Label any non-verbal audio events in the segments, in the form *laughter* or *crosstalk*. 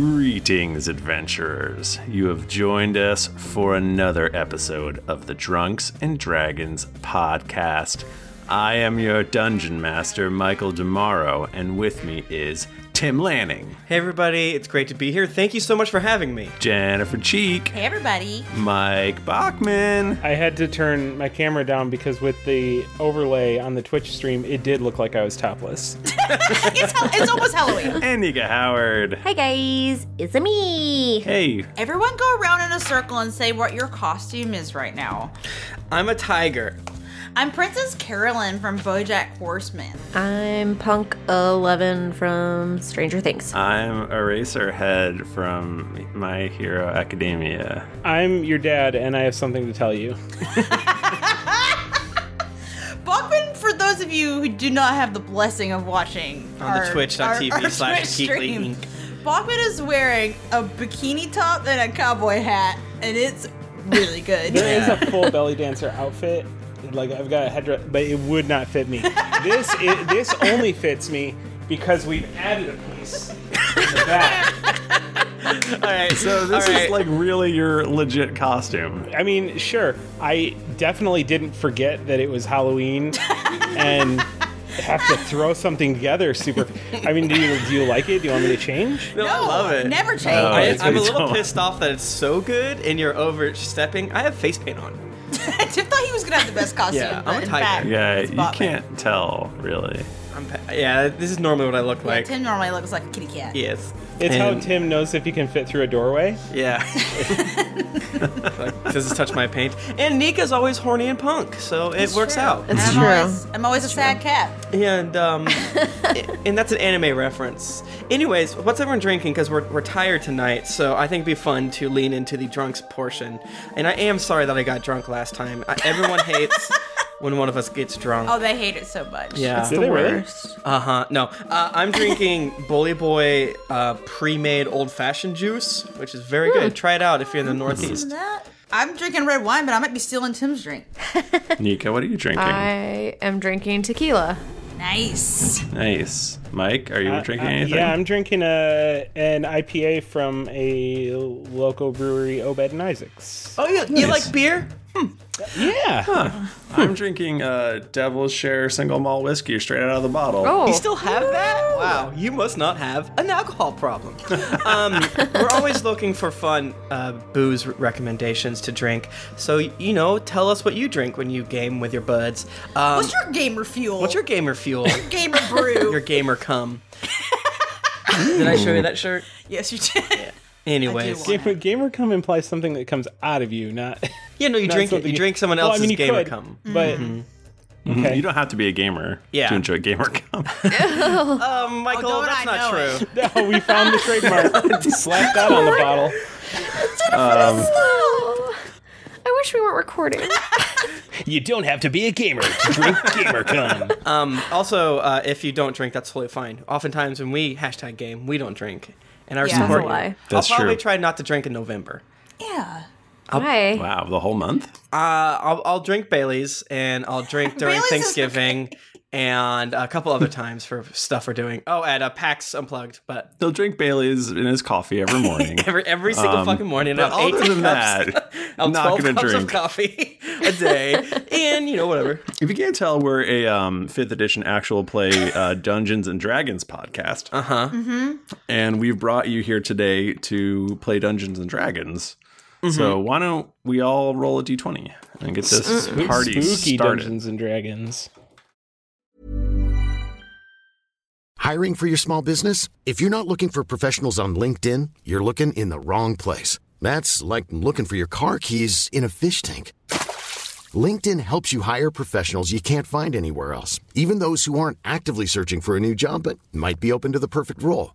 Greetings, adventurers. You have joined us for another episode of the Drunks and Dragons podcast. I am your dungeon master, Michael Demaro, and with me is Tim Lanning, Hey everybody, it's great to be here. Thank you so much for having me. Jennifer Cheek, Hey, everybody. Mike Bachman, I had to turn my camera down because with the overlay on the Twitch stream, it did look like I *laughs* was topless. It's, hel- it's almost Halloween. and Nika Howard. Hi guys, it's me. Hey, Everyone go around in a circle and say what your costume is right now. I'm a tiger. I'm Princess Carolyn from Bojack Horseman. I'm Punk Eleven from Stranger Things. I'm Eraserhead from My Hero Academia. I'm your dad, and I have something to tell you. Bachman, for those of you who do not have the blessing of watching On the twitch.tv slash Twitch Geekly stream, Inc. Bachman is wearing a bikini top and a cowboy hat, and it's really good. There is a *laughs* full belly dancer outfit. Like I've got a headdress, but it would not fit me. This i *laughs* this only fits me because we've added a piece. in the back. *laughs* All right, So this is like really your legit costume. I mean, sure, I definitely didn't forget that it was *laughs* Halloween, and have to throw something together. Super. I mean, do you do you like it? Do you want me to change? no, I No, love it. *laughs* Never change. Oh, I, it's I'm a pretty little cool. pissed off that it's so good and you're overstepping. I have face paint on. Tip thought he was gonna have the best costume. Yeah, I'm but a in tiger. fact, *laughs* Yeah, it's you Bachman. can't tell really. I'm pa- yeah, this is normally what I look like. Tim normally looks like a kitty cat. Yes. It's how And- Tim knows if he can fit through a doorway. Yeah. *laughs* like, does this touch my paint? And Nika's always horny and punk, so it works true. out. And It's I'm true. Always, I'm always a sad cat. And um, and that's an anime reference. Anyways, what's everyone drinking? Because we're, we're tired tonight, so I think it'd be fun to lean into the drunks portion. And I am sorry that I got drunk last time. I, everyone hates when one of us gets drunk. Oh, they hate it so much. yeah. Did they really? Uh huh. No, uh, I'm drinking Bully Boy uh, pre-made old-fashioned juice, which is very Hmm. good. Try it out if you're in the Northeast. That- I'm drinking red wine, but I might be stealing Tim's drink. Nika, what are you drinking? I am drinking tequila. Nice. Nice. Mike, are you drinking Uh, anything? Yeah, I'm drinking a an IPA from a local brewery, Obed and Isaacs. Oh, you, you like beer? Yeah, I'm drinking uh, Devil's Share single malt whiskey straight out of the bottle. Oh, You still have that? Wow, you must not have an alcohol problem. *laughs* um, we're always looking for fun uh, booze recommendations to drink. So, you know, tell us what you drink when you game with your buds. Um, What's your gamer fuel? what's your gamer fuel? *laughs* gamer brew? your gamer cum. *laughs* Did I show you that shirt? yes, you did. Anyways. want- gamer, gamer cum implies something that comes out of you, not. Yeah, no, *laughs* you not drink it. something You drink someone Well, I else's mean, you gamer could, cum. Mm-hmm. But okay, Mm-hmm. You don't have to be a gamer Yeah. to enjoy gamer cum. *laughs* Um, Michael, don't that's I not know it. true. no, we found the *laughs* trademark. Slap that on the bottle. Mm-hmm. Um, Oh, I wish we weren't *laughs* recording. You don't have to be a gamer to drink gamer cum. *laughs* Um, also, uh, if you don't drink, that's totally fine. Oftentimes, when we hashtag game, we don't drink, and I Yeah. support That's a you. lie. That's I'll probably true. try not to drink in November. Yeah. Hi. Wow, the whole month? Uh, I'll, I'll drink Bailey's and *laughs* I'll drink during Bailey's is Thanksgiving and a couple other times for stuff we're doing. Oh, at a PAX Unplugged, but He'll drink Bailey's in his coffee every morning. *laughs* every every single Um, fucking morning. but I'll eight other cups, than that, *laughs* I'll not 12 gonna cups drink. of coffee *laughs* a day, and you know whatever. If you can't tell, we're a um, fifth edition actual play uh, Dungeons and Dragons podcast. Uh huh. Uh-huh. Mm-hmm. Mm-hmm. And we've brought you here today to play Dungeons and Dragons. So why don't we all roll a d20 and get this party Mm-hmm. Spooky started? Dungeons and Dragons. Hiring for your small business? If you're not looking for professionals on LinkedIn, you're looking in the wrong place. That's like looking for your car keys in a fish tank. LinkedIn helps you hire professionals you can't find anywhere else, even those who aren't actively searching for a new job but might be open to the perfect role.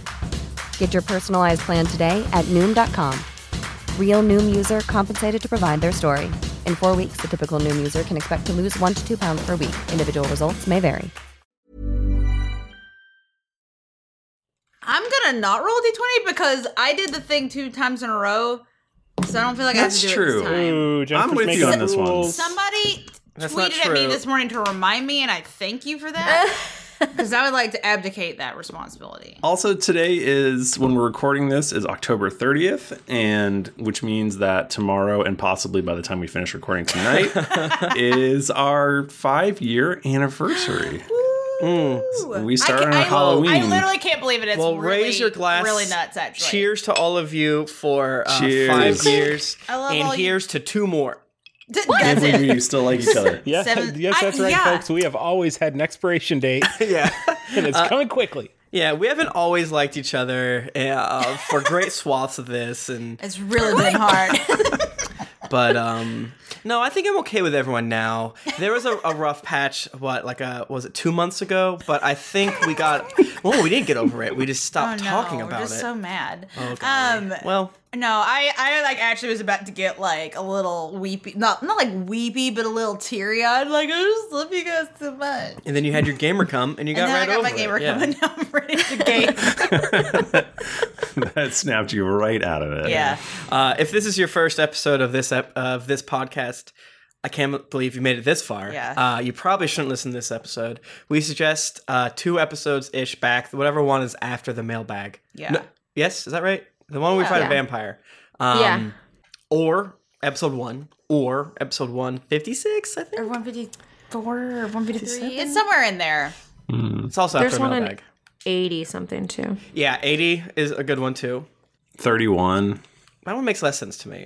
Get your personalized plan today at Noom.com. Real Noom user compensated to provide their story. In four weeks, the typical Noom user can expect to lose one to two pounds per week. Individual results may vary. I'm gonna not roll d20 because I did the thing two times in a row, so I don't feel like That's I have to do true. it this time. Ooh, Jennifer's with you making on this one. rules. Somebody That's not tweeted at me true. this morning to remind me, and I thank you *laughs* for that because I would like to abdicate that responsibility. Also, today is when we're recording this is October 30th, and which means that tomorrow and possibly by the time we finish recording *laughs* tonight is our five year anniversary. We start on I, Halloween. I literally can't believe it. It's well, really, raise your glass. Really nuts, actually. Cheers to all of you for uh, Cheers. five years, I love all and you- here's to two more. D- Can't that's believe it. we still like each *laughs* *laughs* other. Yeah, Seven- yes, I- that's right, yeah. folks. We have always had an *laughs* expiration date, Yeah, *laughs* and Uh, it's coming quickly. yeah. We haven't always liked each other uh, for great swaths of this, and It's really been hard. but um no i think i'm okay with everyone now there was a, a rough patch what like a was it two months ago but i think we got *laughs* well we didn't get over it we just Oh, stopped no, talking we're about it just so mad. Oh, um, well no, I, I like actually was about to get like a little weepy, not not like weepy, but a little teary eyed. Like I just love you guys so much. and then you had your gamer come and you got and then right I got over my gamer it. Yeah. coming. Now I'm ready to game. *laughs* that snapped you right out of it. yeah. uh, if this is your first episode of this ep- of this podcast I can't believe you made it this far. Yeah. Uh, you probably shouldn't listen to this episode. We suggest uh, two episodes ish back. Whatever one is after the mailbag. Yeah. yes, is that right? The one where we fight a vampire. Um, Yeah. Or episode one, or episode 156, I think. 154 or 153. It's somewhere in there. Hmm. It's also There's after one in- mailbag. 80 something too. Yeah, 80 is a good one too. 31. That one makes less sense to me.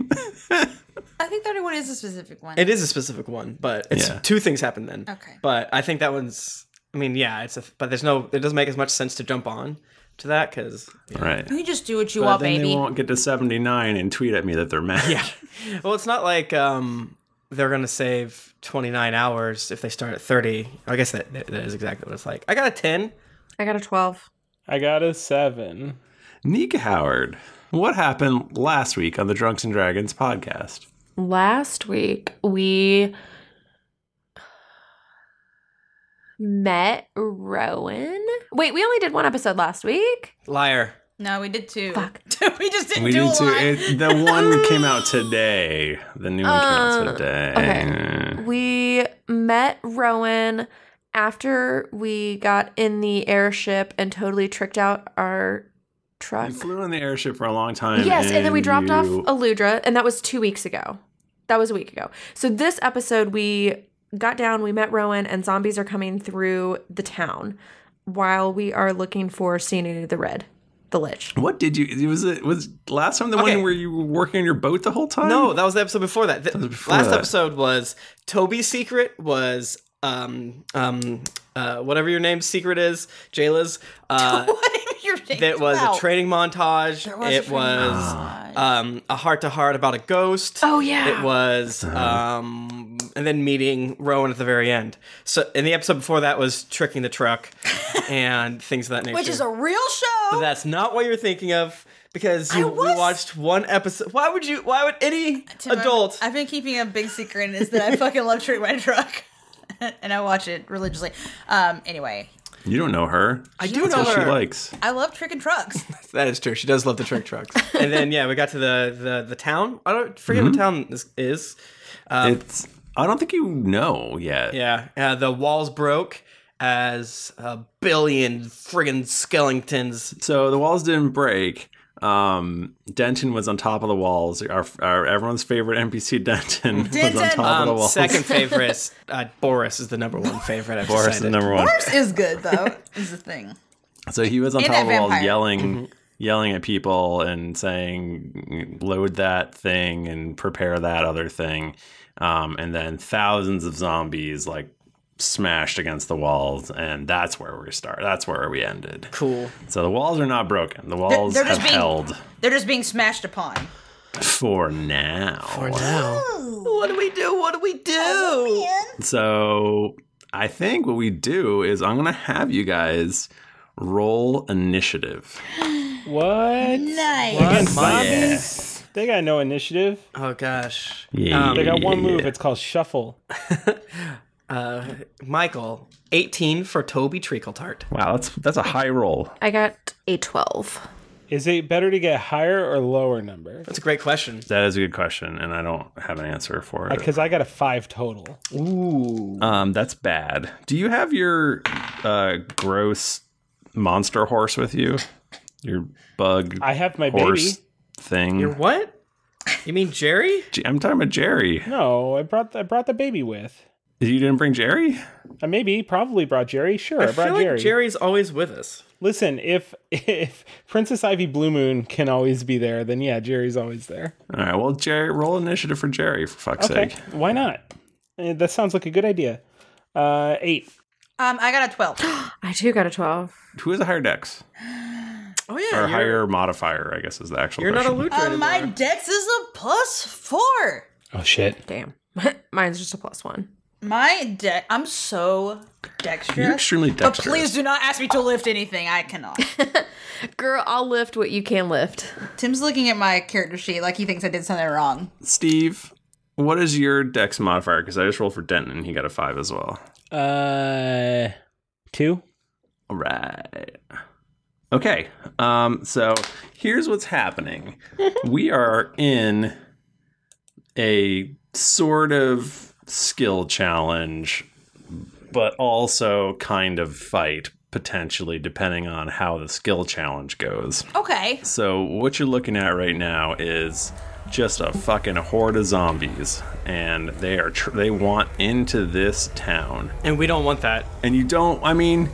I think 31 is a specific one. *laughs* it is a specific one, but it's Yeah. two things happen then. Okay. But I think that one's, I mean, yeah, it's a, but there's no, it doesn't make as much sense to jump on to that because, Right. you just do what you But want, then they baby. won't get to 79 and tweet at me that they're mad. *laughs* Yeah. well, it's not like um, they're going to save 29 hours if they start at 30. I guess that, that is exactly what it's like. I got a 10. I got a 12. I got a seven. Nika Howard, what happened last week on the Drunks and Dragons podcast? Last week we met Rowan. Wait, we only did one episode last week. Liar. No, we did two. Fuck. we just didn't We do a need to. lot. It, the one came out today. The new one came Uh, out today. okay. We met Rowan after we got in the airship and totally tricked out our truck. You flew in the airship for a long time. Yes, and then we dropped off you- Aludra, and that was two weeks ago. That was a week ago. So this episode, we got down, we met Rowan, and zombies are coming through the town while we are looking for Sinead the Red, the Lich. What did you? Was it was last time the Okay. one where you were working on your boat the whole time? No, that was the episode before that. The before last that. episode was Toby's secret was um um uh whatever your name's secret is, Jayla's. *laughs* Uh Your name's that was out. a training montage. was a it training was um a heart to heart about a ghost. Oh, yeah. It was um and then meeting Rowan at the very end. So and the episode before that was *laughs* tricking the truck and things of that nature. Which is a real show. That's not what you're thinking of. because you we watched one episode. Why would you? Why would any Tim, *laughs* adult? I've, I've been keeping a big secret, and it's that *laughs* I fucking love Treat My Truck, *laughs* and I watch it religiously. Um, anyway, You don't know her. I do That's know what her. she likes. I love Trick and *laughs* Trucks. That is true. She does love the trick trucks. and then yeah, we got to the the, the town. I don't forget what town this is. Um, it's I don't think you know yet. Yeah, uh, the walls broke as a billion friggin' skeletons. So the walls didn't break. Um, Denton was on top of the walls. Our, our everyone's favorite NPC *laughs* Denton, was on Denton! top of the Um, walls. second favorite, uh, Boris is the number one favorite. I've Boris is decided. number one. Horse is good though. Is the thing. *laughs* So he was on And top of that the walls vampire. Mm-hmm. yelling yelling at people and saying load that thing and prepare that other thing. Um, and then thousands of zombies like smashed against the walls and that's where we start. That's where we ended. Cool. So the walls are not broken. The walls they're have just being- held They're just being smashed upon. for now. What do we do? What do we do? So I think what we do is I'm gonna have you guys roll initiative. What? Nice. Against zombies? They got no initiative. Oh gosh. Yeah. They got one move. It's called *laughs* shuffle. Uh, Michael, 18 for Toby Treacle Tart. Wow, that's that's a high roll. I got a 12. Is it better to get higher or lower number? That's a great question. That is a good question, and I don't have an answer for it. Because I got a five total. Um, that's bad. Do you have your uh, gross monster horse with you? Your bug I have my horse baby. thing. You're what? You mean Jerry? Gee, I'm talking about Jerry. No, I brought the, I brought the baby with. You didn't bring Jerry? Uh, maybe, probably brought Jerry. Sure, I, I brought feel Jerry. like Jerry's always with us. Listen, if *laughs* if Princess Ivy Blue Moon can always be there, then yeah, Jerry's always there. All right. Well, Jerry, roll initiative for Jerry for fuck's Okay, sake. why not? Eh, That sounds like a good idea. Uh, eight. Um, I got a *gasps* twelve. I too got a 12. Who has a higher dex Oh yeah, or you're, higher modifier? I guess is the actual. you're *laughs* not a question. looter Um, anymore. my dex is a plus four. Oh shit! Damn. Mine's just a plus one. My dex. I'm so dexterous. You're extremely But dexterous. please do not ask me to lift anything. I cannot. *laughs* Girl, I'll lift what you can lift. Tim's looking at my character sheet like he thinks I did something wrong. Steve, what is your dex modifier? Because I just rolled for Denton, and he got a five as well. Uh, two. All right. Okay. Um, so here's what's happening. we are in a sort of skill challenge, but also kind of fight, potentially, depending on how the skill challenge goes. Okay. So what you're looking at right now is just a fucking horde of zombies, and they are tr- they want into this town. and we don't want that. And you don't. I mean,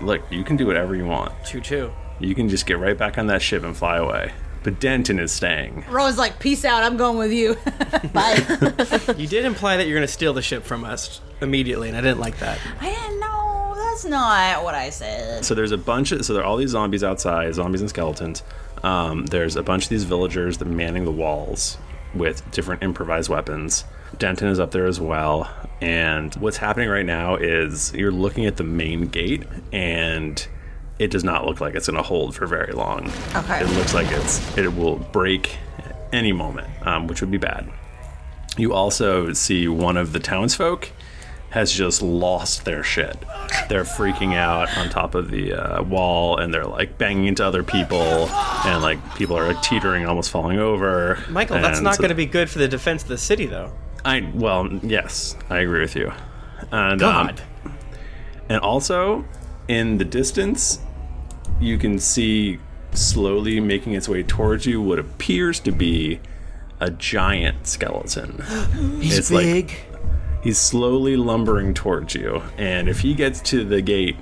look, you can do whatever you want. Choo choo. You can just get right back on that ship and fly away. But Denton is staying. Rowan's like, peace out. I'm going with *laughs* you. *laughs* Bye. You did imply that you're going to steal the ship from us immediately, and I didn't like that. I didn't Oh, know. That's not what I said. So there's a bunch of so there are all these zombies outside, zombies and skeletons. Um, there's a bunch of these villagers that are manning the walls with different improvised weapons. Denton is up there as well. And what's happening right now is you're looking at the main gate, and it does not look like it's going to hold for very long. Okay. It looks like it's it will break at any moment, um, which would be bad. You also see one of the townsfolk has just lost their shit. They're freaking out on top of the uh, wall, and they're like banging into other people, and like people are teetering, almost falling over. Michael, that's And not so- going to be good for the defense of the city, though. I well, yes, I agree with you. And, um, God. and also, in the distance, you can see slowly making its way towards you what appears to be a giant skeleton. he's it's big. Like, he's slowly lumbering towards you, and if he gets to the gate,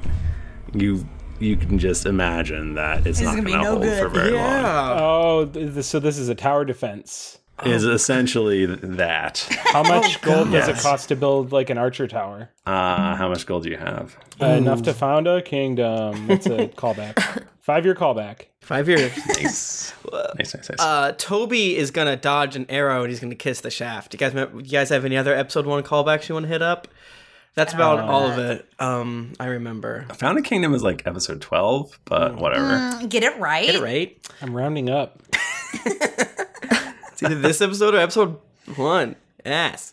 you you can just imagine that it's not gonna going be to no hold good. for very Oh, th- th- so this is a tower defense. long. Is essentially th- that. *laughs* How Oh, much gold does Yes. it cost to build like an archer tower? Uh, how much gold do you have? Uh, enough to found a kingdom. That's *laughs* a callback. Five year callback. Five years. Nice, nice, nice. Uh, Toby is going to dodge an arrow, and he's going to kiss the shaft. You guys, remember, you guys have any other episode one callbacks you want to hit up? That's about Uh, all of it. Um, I remember. Founded Kingdom is like episode 12, but whatever. Mm, Get it right. Get it right. I'm rounding up. *laughs* It's either this episode or episode one. Yes.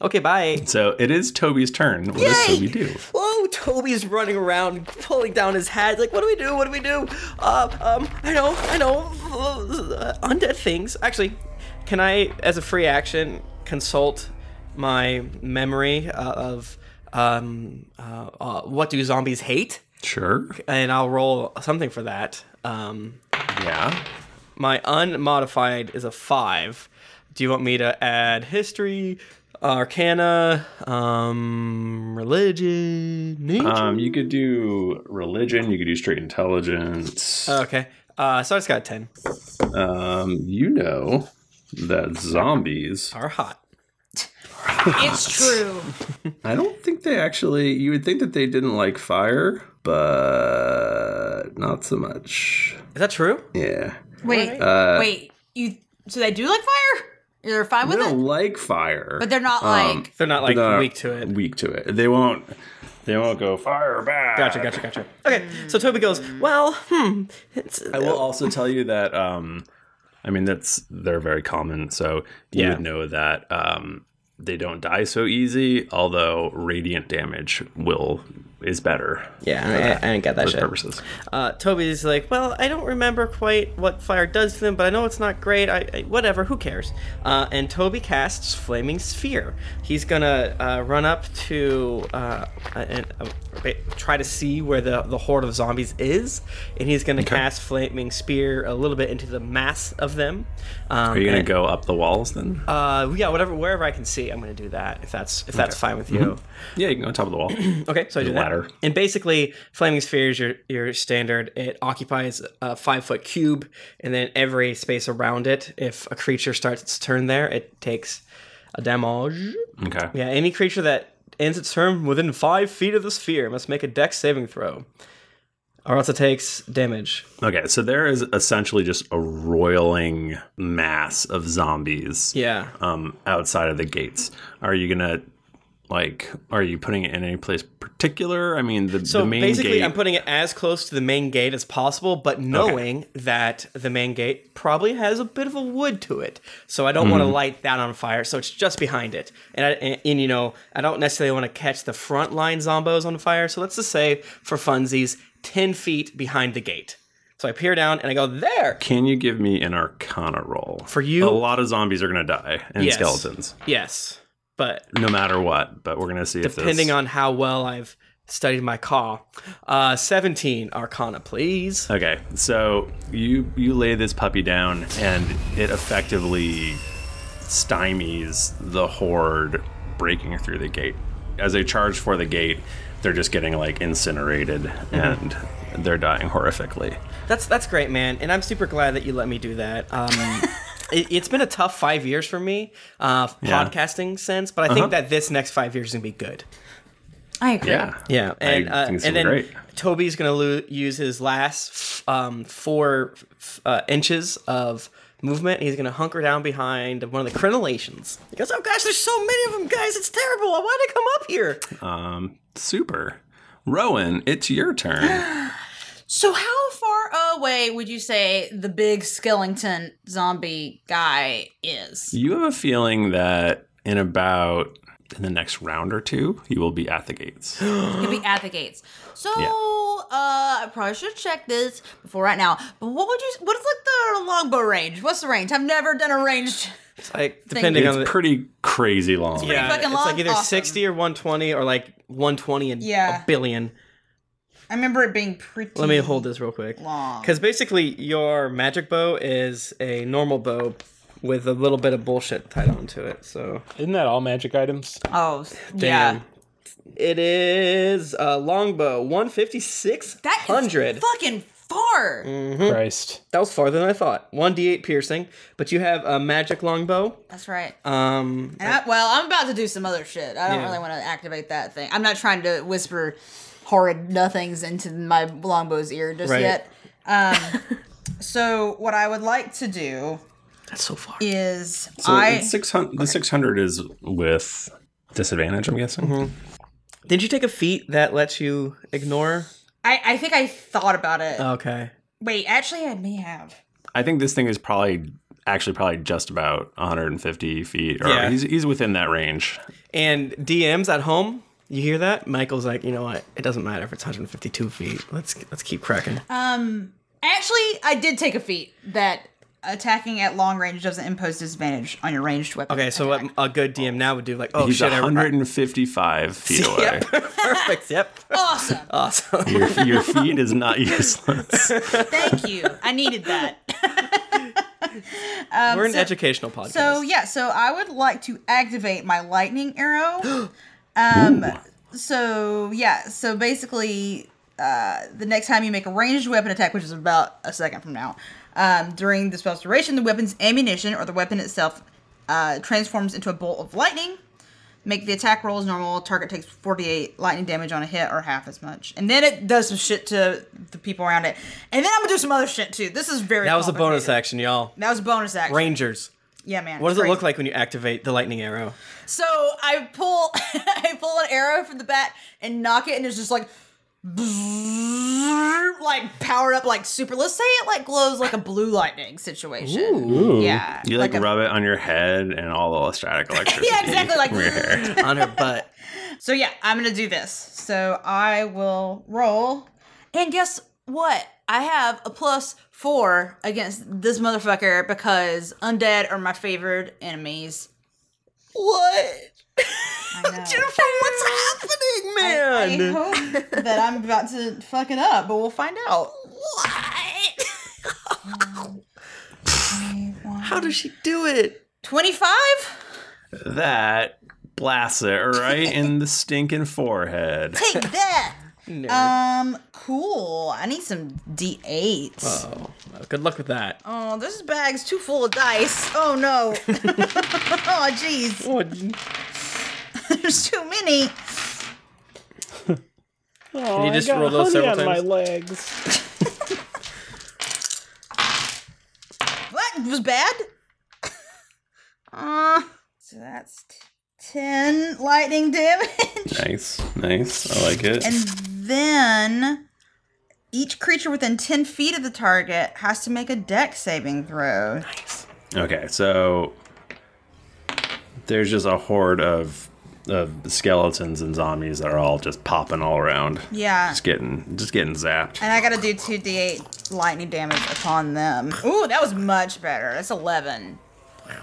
Okay, bye. So it is Toby's turn. What does Yay! Toby do? Whoa, Toby's running around, pulling down his hat. Like, what do we do? What do we do? Uh, um, I know, I know. Uh, undead things. Actually, can I, as a free action, consult my memory uh, of um, uh, uh, what do zombies hate? Sure. And I'll roll something for that. Um, Yeah. my unmodified is a five. Do you want me to add history, arcana, um, religion, nature? Um, you could do religion. You could do straight intelligence. okay. Uh, so I just got a 10. Um, you know that zombies. *laughs* Are hot. It's true. I don't think they actually. You would think that they didn't like fire, but not so much. Is that true? Yeah, Wait, Uh, wait. You so they do like fire? They're fine they with it, don't like fire, Um, but they're not like They're not like They're weak to it. Weak to it. They won't. They won't go fire back. Gotcha, gotcha, gotcha. Okay, so Toby goes, well, hmm. It's, I will also tell you that um I mean that's they're very common, so you Yeah. would know that um they don't die so easy, although radiant damage will is better yeah, I, I didn't get that for shit. purposes. Uh, Toby's like, well, I don't remember quite what fire does to them, but I know it's not great. I, I whatever, who cares? Uh, and Toby casts flaming sphere. He's gonna uh, run up to uh, and uh, wait, try to see where the the horde of zombies is, and he's gonna cast flaming spear a little bit into the mass of them. Um, Are you gonna and- go up the walls then? Uh, yeah, whatever, wherever I can see, I'm gonna do that. If that's if that's fine with you. Mm-hmm. yeah, you can go on top of the wall. *clears throat* Okay, so I do that. ladder. And basically, flaming sphere is your your standard. It occupies a five foot cube, and then every space around it. If a creature starts its turn there, it takes a damage. okay. Yeah, any creature that ends its turn within five feet of the sphere must make a Dex saving throw, or else it takes damage. Okay, so there is essentially just a roiling mass of zombies. Yeah. Um, outside of the gates. Are you gonna like are you putting it in any place particular? I mean the, So the main basically, gate I'm putting it as close to the main gate as possible, but knowing that the main gate probably has a bit of a wood to it, so I don't want to Mm. light that on fire. So it's just behind it, and I, and, and, you know I don't necessarily want to catch the front line zombos on fire. So let's just say for funsies, ten feet behind the gate. So I peer down and I go there. Can you give me an arcana roll? For A you? lot of zombies are going to die and Yes. skeletons, Yes, but no matter what. But we're going to see if this. depending on how well I've studied my caw, uh, seventeen Arcana, please. Okay, so you you lay this puppy down, and it effectively stymies the horde breaking through the gate. As they charge for the gate, they're just getting like incinerated, Mm-hmm. and they're dying horrifically. That's that's great, man, and I'm super glad that you let me do that. *laughs* Um, it, it's been a tough five years for me, uh, Yeah. Uh-huh. podcasting sense, but I think that this next five years is gonna be good. I agree. Yeah. Yeah, and I uh, think it's and then great. Toby's gonna lo- use his last um, four f- uh, inches of movement. He's gonna hunker down behind one of the crenellations. He goes, "Oh gosh, there's so many of them, guys! It's terrible. Why did I come up here?" Um, Super, Rowan, it's your turn. So how far away would you say the big skeleton zombie guy is? you have a feeling that in about in the next round or two, you will be at the *gasps* gates. He'd be at the gates. So Yeah. uh I probably should check this before right now. But what would you what's like the longbow range? What's the range? I've never done a ranged It's like depending on It's the, pretty crazy long. yeah, fucking it's like long? either Awesome. 60 or 120 or like 120 and Yeah. a billion. I remember it being pretty Let me hold this real quick. long. Because basically, your magic bow is a normal bow with a little bit of bullshit tied onto it. So Isn't that all magic items? Oh s- yeah. damn. It is a longbow, 156. That is 100. fucking far. Mm. Christ. Mm-hmm. that was farther than I thought. 1d8 piercing, but you have a magic longbow. That's right. Um, And I, Uh, well, I'm about to do some other shit. I don't Yeah. really want to activate that thing. I'm not trying to whisper horrid nothings into my longbow's ear just Right. yet. Um, *laughs* so what I would like to do that's so far. is So I Mm-hmm. it's 600, the 600 is with disadvantage, I'm guessing. Did you take a feat that lets you ignore? I, I think I thought about it. Okay. Wait, actually, I may have. I think this thing is probably actually probably just about 150 feet, or Yeah. he's he's within that range. And DMs at home, you hear that? Michael's like, you know what? It doesn't matter if it's 152 feet. Let's let's keep cracking. Um, actually, I did take a feat that attacking at long range doesn't impose disadvantage on your ranged weapon. Okay, so what a good DM now would do, like, oh he's shit, I- 155 *laughs* feet away. Yep, perfect. Yep, *laughs* Awesome. *laughs* awesome. Your, your feet is not *laughs* useless. Thank you. I needed that. We're an educational podcast. Um, So yeah, so I would like to activate my lightning *gasps* arrow. um so yeah, so basically uh the next time you make a ranged weapon attack, which is about a second from now, um during the spell's duration, the weapon's ammunition or the weapon itself uh transforms into a bolt of lightning. Make the attack roll as normal. Target takes 48 lightning damage on a hit or half as much. And then it does some shit to the people around it. And then I'm going to do some other shit too. This is very that was a bonus complicated. action, y'all. That was a bonus action. Rangers. Yeah, man. What does it's it crazy. look like when you activate the lightning arrow? So I pull, *laughs* I pull an arrow from the bat and knock it, and it's just like, like powered up, like super. Let's say it like glows like a blue lightning situation. Yeah, You like, a- rub it on your head and all the *laughs* static electricity. Yeah, exactly. Like, *laughs* from your hair. *laughs* On her butt. so yeah, I'm gonna do this. So I will roll, and guess what? I have a plus four against this motherfucker because undead are my favorite enemies. What? *laughs* Jennifer, what's happening, man? I, hope that I'm about to fuck it up, but we'll find out. What? How does she do it? 25? that blasts it right in the stinking forehead. *laughs* Take that. Um, cool. I need some D8s. Oh, well, good luck with that. *laughs* Oh, this bag's too full of dice. Oh no. *laughs* oh jeez. Oh, *laughs* There's too *laughs* many. Can Oh, you just roll those several on my times? legs. *laughs* What was bad? *laughs* Uh, so that's t- 10 lightning damage. Nice, nice. I like it. and then each creature within 10 feet of the target has to make a deck saving throw. Okay, so there's just a horde of of skeletons and zombies that are all just popping all around. Yeah. Just getting just getting zapped. And I gotta do 2d8 lightning damage upon them. Ooh, that was much better. That's 11.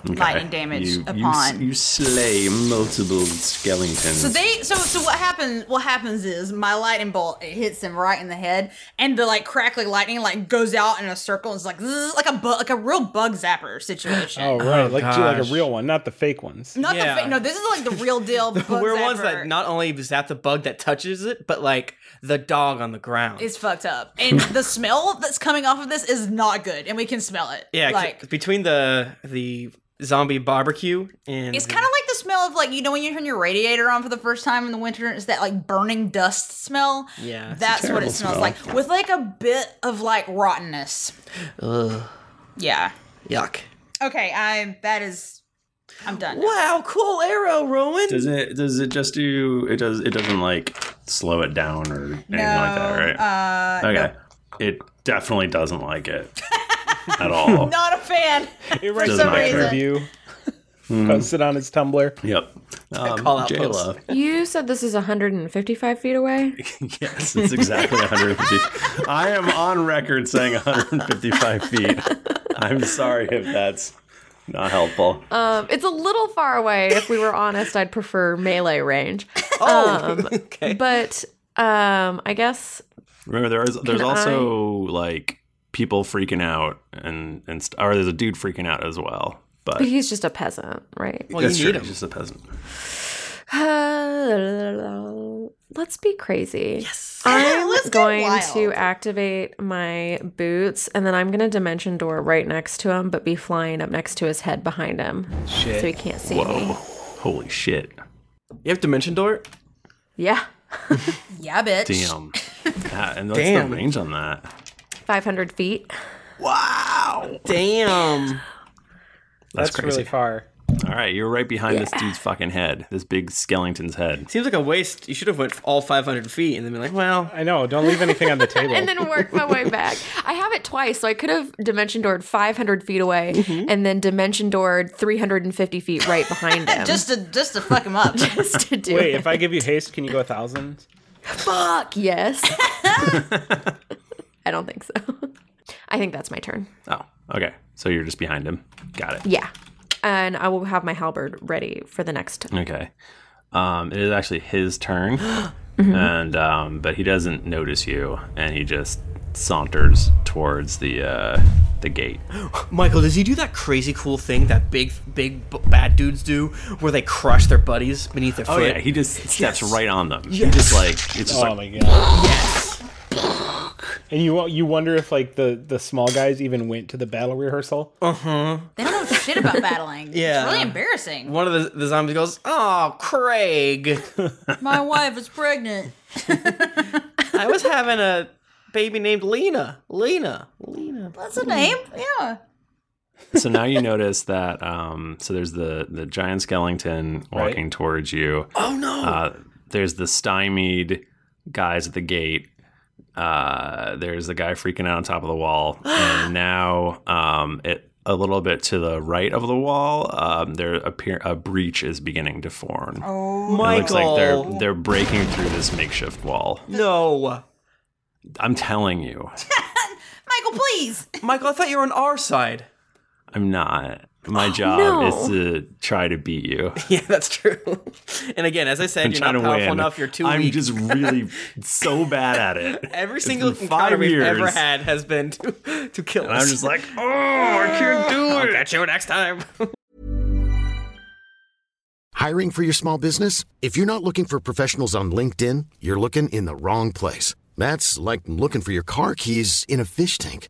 Okay. lightning damage you, you s- upon. You, slay multiple skeletons. So they so so what happens what happens is my lightning bolt it hits him right in the head and the like crackly lightning like goes out in a circle and it's like zzz, like a bu- like a real bug zapper *laughs* situation. Oh right, like do like gosh. a real one, not the fake *laughs* ones. Not yeah. the fake no, this is like the real *laughs* deal bug We're zapper. ones that not only zap the bug that touches it, but like the dog on the ground. is fucked up. And the smell that's coming off of this is not good and we can smell it. yeah, 'cause Like between the the zombie barbecue and it's the- kind of like the smell of like you know when you turn your radiator on for the first time in the winter. It's that like burning dust smell. Yeah, it's a that's what it smells like with like a bit of like rottenness. Yeah. yuck. Okay, I that is I'm done. now. Wow, cool arrow, Rowan. does *laughs* it does it just do it does it doesn't like slow it down or anything like that, right? Uh, okay. It definitely doesn't like it *laughs* at all. Not a *laughs* fan. It writes Doesn't a nice matter. review, posts it on his Tumblr. Yep. Um, call out Jayla. *laughs* You said this is 155 feet away. *laughs* Yes, it's exactly 150. I am on record saying 155 feet. I'm sorry if that's not helpful. Um, it's a little far away. If we *laughs* were honest, I'd prefer melee *laughs* range. Um, oh, okay. But um, I guess Remember, there is there's Can also like people freaking out and and st- or there's a dude freaking out as well. But but he's just a peasant, right? Well, you that's need true. him. He's just a peasant. *laughs* Uh, let's be crazy. Yes. I'm Let's go going to wild. activate my boots and then I'm going to dimension door right next to him, but be flying up next to his head behind him. So he can't see me. Holy shit! You have dimension door. Yeah. *laughs* Yeah, bitch. *laughs* Damn. That- and what's Damn. the range on that? 500 feet. Damn. That's, crazy. really far. All right, you're right behind this dude's fucking head, this big skeleton's head. Seems like a waste. You should have went all 500 feet and then been like, well, I know. Don't leave anything on *laughs* the table. and then work my way back. I have it twice, so I could have dimension doored 500 feet away Mm-hmm. and then dimension doored 350 feet right behind him. *laughs* Just to just to fuck him *laughs* up. just to do Wait, it. if I give you haste, can you go a thousand? Fuck *laughs* yes. I don't think so. *laughs* I think that's my turn. Oh, okay. So you're just behind him. Got it. Yeah. And I will have my halberd ready for the next Okay. Um, it is actually his turn, and um, but he doesn't notice you, and he just saunters towards the uh, the gate. *gasps* Michael, does he do that crazy cool thing that big, big b- bad dudes do where they crush their buddies beneath their Oh foot? yeah, he just steps right on them. He just like it's just Oh like my god. Yes. And you you wonder if like the the small guys even went to the battle rehearsal. They don't know shit about battling. Uh-huh. *laughs* Yeah. It's really embarrassing. One of the, the zombies goes, *laughs* oh, *laughs* Craig, My wife is pregnant. I was having a baby named Lena. Lena. That's a name. Yeah. so now you notice that um, so there's the the giant skeleton walking towards you. Oh, no. Uh, there's the stymied guys at the gate. Uh, there's the guy freaking out on top of the *gasps* wall, and now um, it a little bit to the right of the wall. Um, there appear a breach is beginning to form. Oh, it looks Michael. like they're they're breaking through this makeshift wall. no. I'm telling *laughs* you, Michael, please. Michael, I thought you were on our side. I'm not. *gasps* My job no. is to try to beat you. *laughs* Yeah, that's true. And again, as I said, I'm you're trying not to powerful win. enough. You're too I'm weak. just really so bad at it. *laughs* Every It's single been encounter we've ever years, had has been to, *laughs* to kill And us. I'm just like, oh, I can't do I'll it. catch you next time. Hiring for your small business? If you're not looking for professionals on LinkedIn, you're looking in the wrong place. That's like looking for your car keys in a fish tank.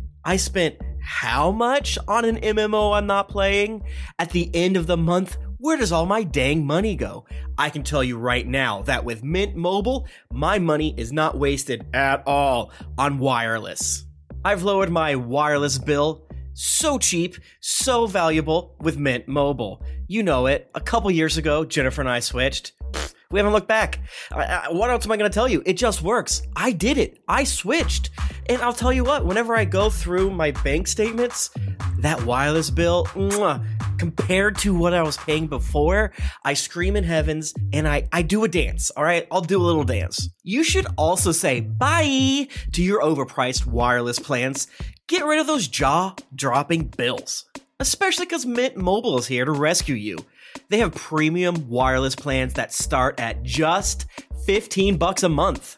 I spent how much on an MMO I'm not playing? At the end of the month, where does all my dang money go? I can tell you right now that with Mint Mobile, my money is not wasted at all on wireless. I've lowered my wireless bill so cheap, so valuable with Mint Mobile. You know it. A couple years ago, Jennifer and I switched. Pfft, We haven't looked back. I- I- what else am I going to tell you? It just works. I did it. I switched. And I'll tell you what, whenever I go through my bank statements, that wireless bill, mwah, compared to what I was paying before, I scream in heavens and I, I do a dance. All right, I'll do a little dance. You should also say bye to your overpriced wireless plans. Get rid of those jaw dropping bills, especially because Mint Mobile is here to rescue you. They have premium wireless plans that start at just 15 bucks a month.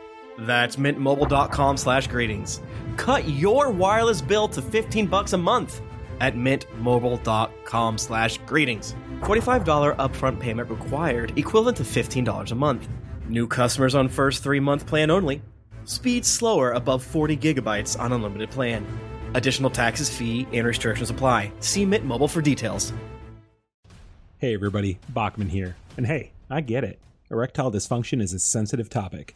That's mintmobile.com slash greetings. Cut your wireless bill to 15 bucks a month at mintmobile.com slash greetings. $45 upfront payment required, equivalent to $15 a month. New customers on first three month plan only. Speed slower above 40 gigabytes on unlimited plan. Additional taxes, fee, and restrictions apply. See Mint Mobile for details. Hey, everybody, Bachman here. And hey, I get it. Erectile dysfunction is a sensitive topic,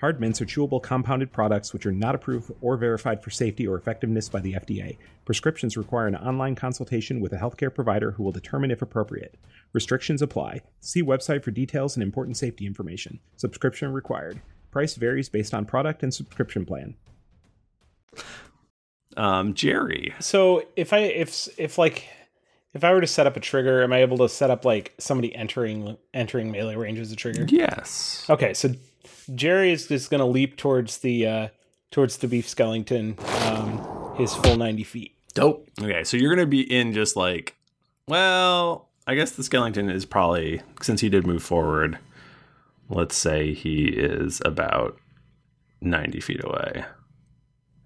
Hard mints are chewable compounded products which are not approved or verified for safety or effectiveness by the FDA. Prescriptions require an online consultation with a healthcare provider who will determine if appropriate. Restrictions apply. See website for details and important safety information. Subscription required. Price varies based on product and subscription plan. *laughs* Um, Jerry. So if I if if like if I were to set up a trigger, am I able to set up like somebody entering entering melee range as a trigger? Yes. Okay, so Jerry is just gonna leap towards the uh towards the beef skellington, um, his full ninety feet. Dope. Okay, so you're gonna be in just like, well, I guess the skeleton is probably since he did move forward. Let's say he is about ninety feet away.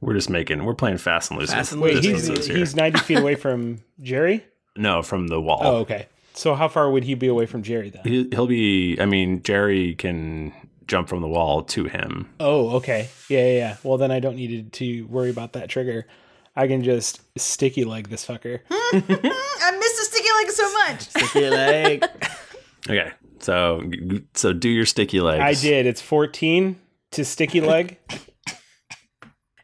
We're just making we're playing fast and loose. Fast and with Wait, he's, distances here. he's ninety feet away from Jerry. no from the wall. Oh, okay. So how far would he be away from Jerry then? He- He'll be. I mean, Jerry can jump from the wall to him. Oh, okay. Yeah, yeah, yeah. Well, then I don't need to worry about that trigger. I can just sticky leg this fucker. I miss the sticky leg so much. Sticky *laughs* leg. Okay, so so do your sticky legs. I did. It's 14 to sticky leg.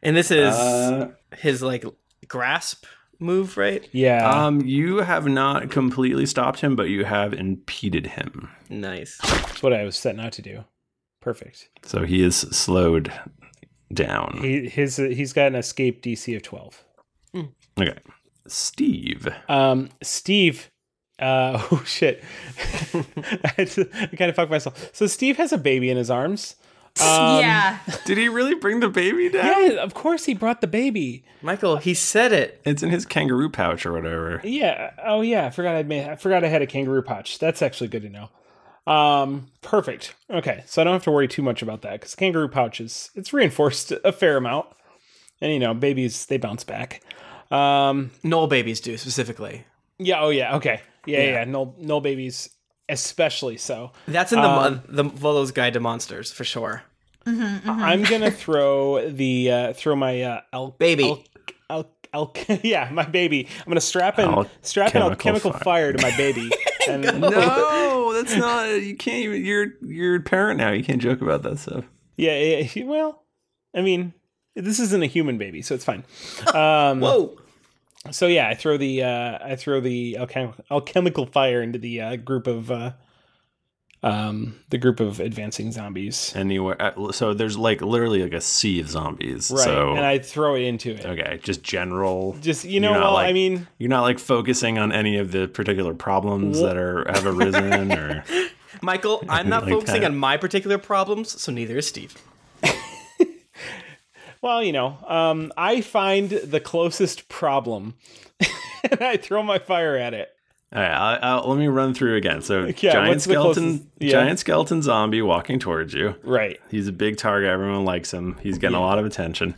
And this is Uh, his like grasp move, right? Yeah. Um, you have not completely stopped him, but you have impeded him. Nice. That's what I was setting out to do. Perfect. So he is slowed down. He his uh, he's got an escape DC of 12. Okay. Steve. Um, Steve. Uh, *laughs* oh shit! I, kind of fucked myself. So Steve has a baby in his arms. Um, Yeah. Did he really bring the baby down? Yeah, of course he brought the baby. Michael, he said it. It's in his kangaroo pouch or whatever. Yeah. Oh yeah. I forgot I made. I forgot I had a kangaroo pouch. That's actually good to know. Um. Perfect. Okay. So I don't have to worry too much about that because kangaroo pouch is it's reinforced a fair amount, and you know babies they bounce back. Um. Knoll babies do specifically. Yeah. Oh yeah. Okay. Yeah. Yeah. Yeah. yeah. No. No babies, especially so. That's in the mo- Um, the Volo's Guide to Monsters for sure. Mm-hmm. I'm gonna throw the uh, throw my uh, elk Baby. elk, elk, elk- *laughs* yeah my baby. I'm gonna strap in Elk strap in chemical alchemical chemical fire. to *laughs* my baby. and *laughs* *laughs* No, that's not. You can't even. You're you're a parent now. You can't joke about that stuff. yeah, yeah, yeah, well, I mean, this isn't a human baby, so it's fine. Um, *laughs* Whoa. So yeah, I throw the uh, I throw the alchem- alchemical fire into the uh, group of uh, um, the group of advancing zombies. Anywhere. uh, So there's like literally like a sea of zombies. Right, So and I throw it into it. okay, just general. Just you You're know, not well, I like- mean, You're not like focusing on any of the particular problems that are have arisen *laughs* or *laughs* *laughs* Michael, I'm not Like focusing that. on my particular problems, so neither is Steve. Well, you know, um, I find the closest problem *laughs* and I throw my fire at it. All right, I, I'll, let me run through again. So, Yeah, giant what's the skeleton, closest- yeah. giant skeleton zombie walking towards you. Right. He's a big target. Everyone likes him. He's getting a lot of attention.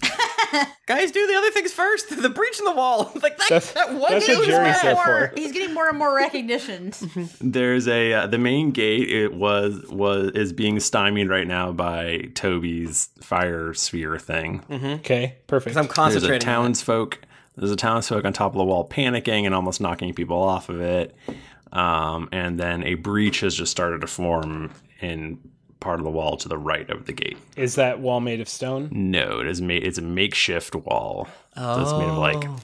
Guys, do the other things first. *laughs* The breach in the wall. like that, That's- that one that's what dude- Jerry more said and for more- it. he's getting more and more recognition. There's a uh, the main gate. It was was is being stymied right now by Toby's fire sphere thing. Okay, perfect. Mm-hmm. I'm There's a concentrating. on it. townsfolk. There's a townsfolk on top of the wall panicking and almost knocking people off of it. Um, and then a breach has just started to form in part of the wall to the right of the gate. Is that wall made of stone? No, it is made. It's a makeshift wall. So it's made of like Oh.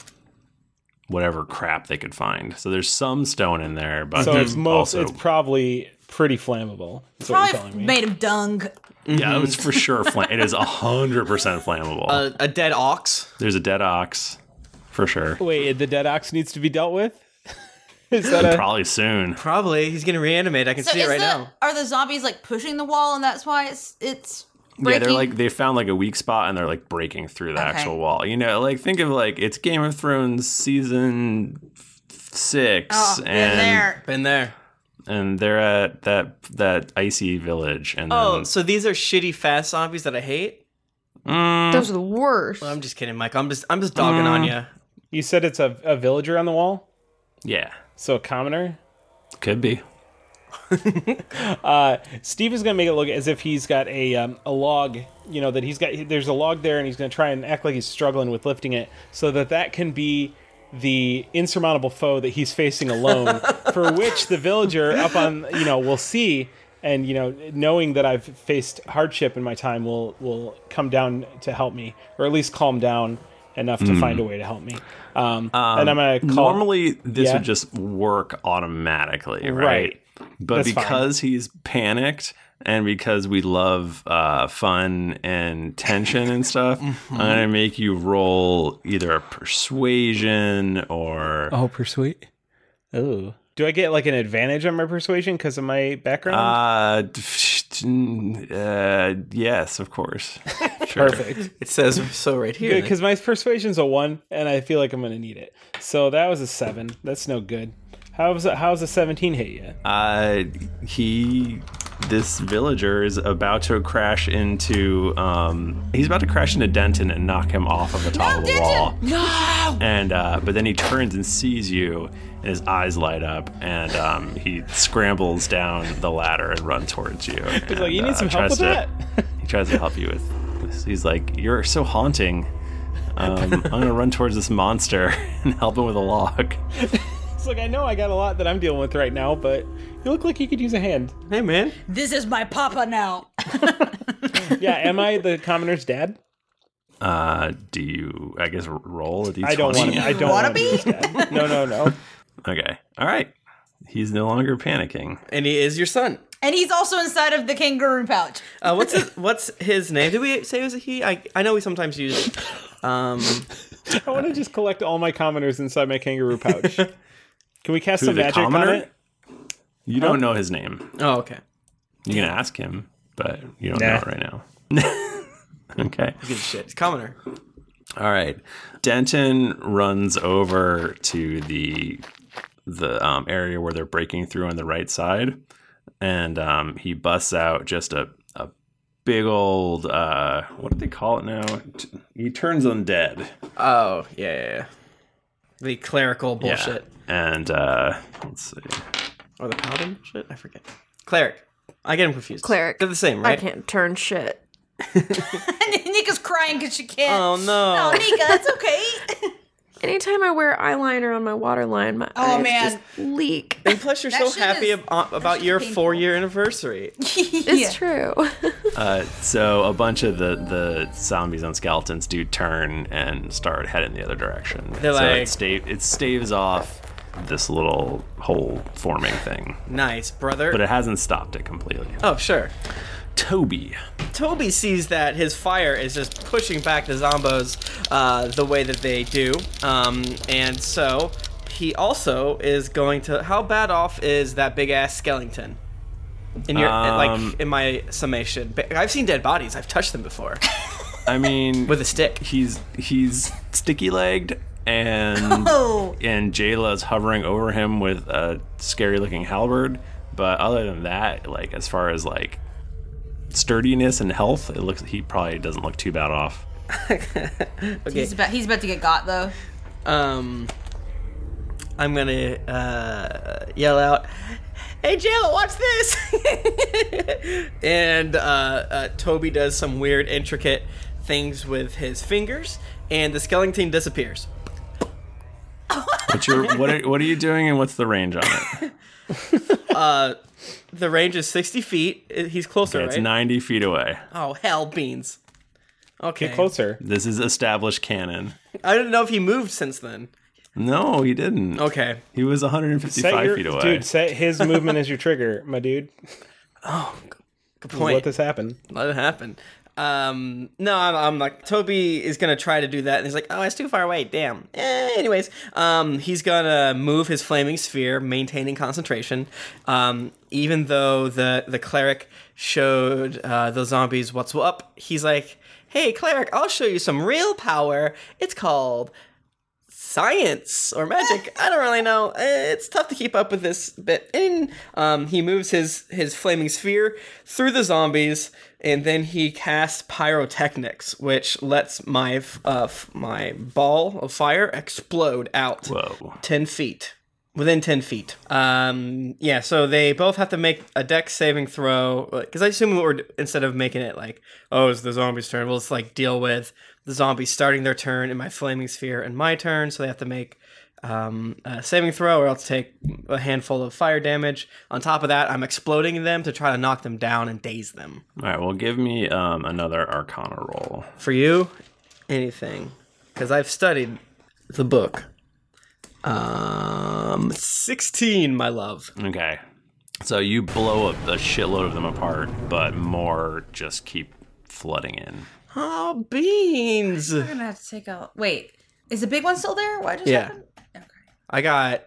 whatever crap they could find. So there's some stone in there, but So it's most. also, It's probably pretty flammable. That's what you're telling Probably me. made him dung. yeah, Mm-hmm. it's for sure. Flam- it is hundred percent flammable. a, a dead ox. there's a dead ox, for sure. Wait, the dead ox needs to be dealt with. *laughs* Is that a Probably soon. Probably he's getting reanimated. I can So see it is right the, now. are the zombies like pushing the wall, and that's why it's it's breaking? Yeah, they're like they found like a weak spot and they're like breaking through the Okay. actual wall. You know, like think of like it's Game of Thrones season f- six, oh, and they're there. Been there. and they're at that that icy village, and Oh, then so these are shitty fast zombies that I hate. mm, Those are the worst. I'm just kidding, Mike. I'm just I'm just dogging on you. you said? It's a, a villager on the wall, yeah, so a commoner. could be. Uh, Steve is going to make it look as if he's got a um, a log, you know, that he's got. There's a log there, and he's going to try and act like he's struggling with lifting it, so that that can be the insurmountable foe that he's *laughs* facing alone. for which the villager up on, you know, will see, and you know, knowing that I've faced hardship in my time, will will come down to help me, or at least calm down enough to find a way to help me. Um, and I'm going to call. Normally, this Yeah. would just work automatically, Right. right? But That's fine. because he's panicked and because we love uh, fun and tension and *laughs* stuff, Mm-hmm. I'm gonna make you roll either a persuasion or Oh, persuade. Oh. Do I get like an advantage on my persuasion because of my background? Ah, uh, uh, yes, of *laughs* course. Sure. Perfect. It says so right here. Because my persuasion's a one, and I feel like I'm going to need it. So that was a seven. That's no good. How's a, how's a 17 hit you? Uh, he, this villager is about to crash into. Um, he's about to crash into Denton and knock him off of the top of the wall. No. And uh, but then he turns and sees you, and his eyes light up, and um, he scrambles down the ladder and runs towards you. He's like, "You need some help with that?" he tries to help you with. with- He's like, "You're so haunting." Um, I'm gonna run towards this monster *laughs* and help him with a log. It's like I know I got a lot that I'm dealing with right now, but you look like you could use a hand. hey man, This is my papa now. Yeah, am I the commoner's *laughs* dad? Uh, do you? I guess roll a d20. I don't want to. I don't want Wanna to *laughs* be. his dad. No, no, no. Okay. All right. He's no longer panicking. and he is your son. And he's also inside of the kangaroo pouch. *laughs* Uh, what's his, *laughs* what's his name? Did we say it was a he? I I know we sometimes use. *laughs* Um, I want to just collect all my commoners inside my kangaroo *laughs* pouch. Can we cast Who, some the magic on commoner? it? You don't know his name. oh okay. You can ask him, but you don't Nah. know it right now. *laughs* okay. Good shit. It's commoner. All right. Denton runs over to the the um, area where they're breaking through on the right side, and um, he busts out just a, a big old uh, what do they call it now? T- He turns undead. Oh yeah, yeah, yeah. The clerical Yeah. bullshit And uh, let's see. or the paladin shit. I forget. Cleric. I get him confused. Cleric. They're the same, I right? can't turn shit. And Nika's crying because she can't. Oh no. Oh, Nika, that's okay. Anytime I wear eyeliner on my waterline, my Oh, eyes man. just leak. And plus, you're That so shit happy is- *laughs* ab- uh, about your painful. four-year anniversary. It's true. Uh, so a bunch of the, the zombies on skeletons do turn and start heading the other direction. They're so like- it, stave, it staves off this little hole forming thing, Nice, brother. but it hasn't stopped it completely. oh sure. Toby, Toby sees that his fire is just pushing back the zombos uh, the way that they do, um, and so he also is going to. How bad off is that big ass skeleton? In your Um, like in my summation, Ba- I've seen dead bodies. I've touched them before I mean, *laughs* with a stick. he's he's sticky legged and Oh. and Jayla's hovering over him with a scary looking halberd. But other than that, like as far as like sturdiness and health, it looks he probably doesn't look too bad off. Okay. He's about he's about to get got though. Um, I'm gonna uh, yell out, "Hey, Jayla, watch this!" and uh, uh, Toby does some weird, intricate things with his fingers, and the skeleton disappears. What's your, what, are, what are you doing and what's the range on it? Uh, *laughs* the range is 60 feet. I- He's closer, Okay, it's right? 90 feet away. Oh hell, beans! Okay, This is established canon. I didn't know if he moved since then. No, he didn't. Okay. He was Set 155 your- feet away. Dude, set his movement as your trigger, my dude. *laughs* Oh, good Just point. Let this happen. Let it happen. Um, no, I'm, I'm like Toby is gonna try to do that, and he's like, "Oh, it's too far away. Damn." Eh, anyways, um, he's gonna move his flaming sphere, maintaining concentration. Um, even though the the cleric showed uh, the zombies what's up, he's like, "Hey, cleric, I'll show you some real power. It's called." Science or magic? I don't really know. Eh, It's tough to keep up with this bit. And um, he moves his his flaming sphere through the zombies, and then he casts pyrotechnics, which lets my f- uh, f- my ball of fire explode out. Whoa! Ten feet within 10 feet um yeah so they both have to make a deck saving throw because i assume we're instead of making it like oh it's the zombies turn we'll just like deal with the zombies starting their turn in my flaming sphere and my turn so they have to make um, a saving throw or else take a handful of fire damage on top of that i'm exploding them to try to knock them down and daze them All right, well, give me um, another Arcana roll. for you anything because i've studied the book um 16 my love Okay. So you blow a, a shitload of them apart, but more just keep flooding in. Oh, beans. We're gonna have to take out. Wait, is the big one still there? What just Yeah. happened? I got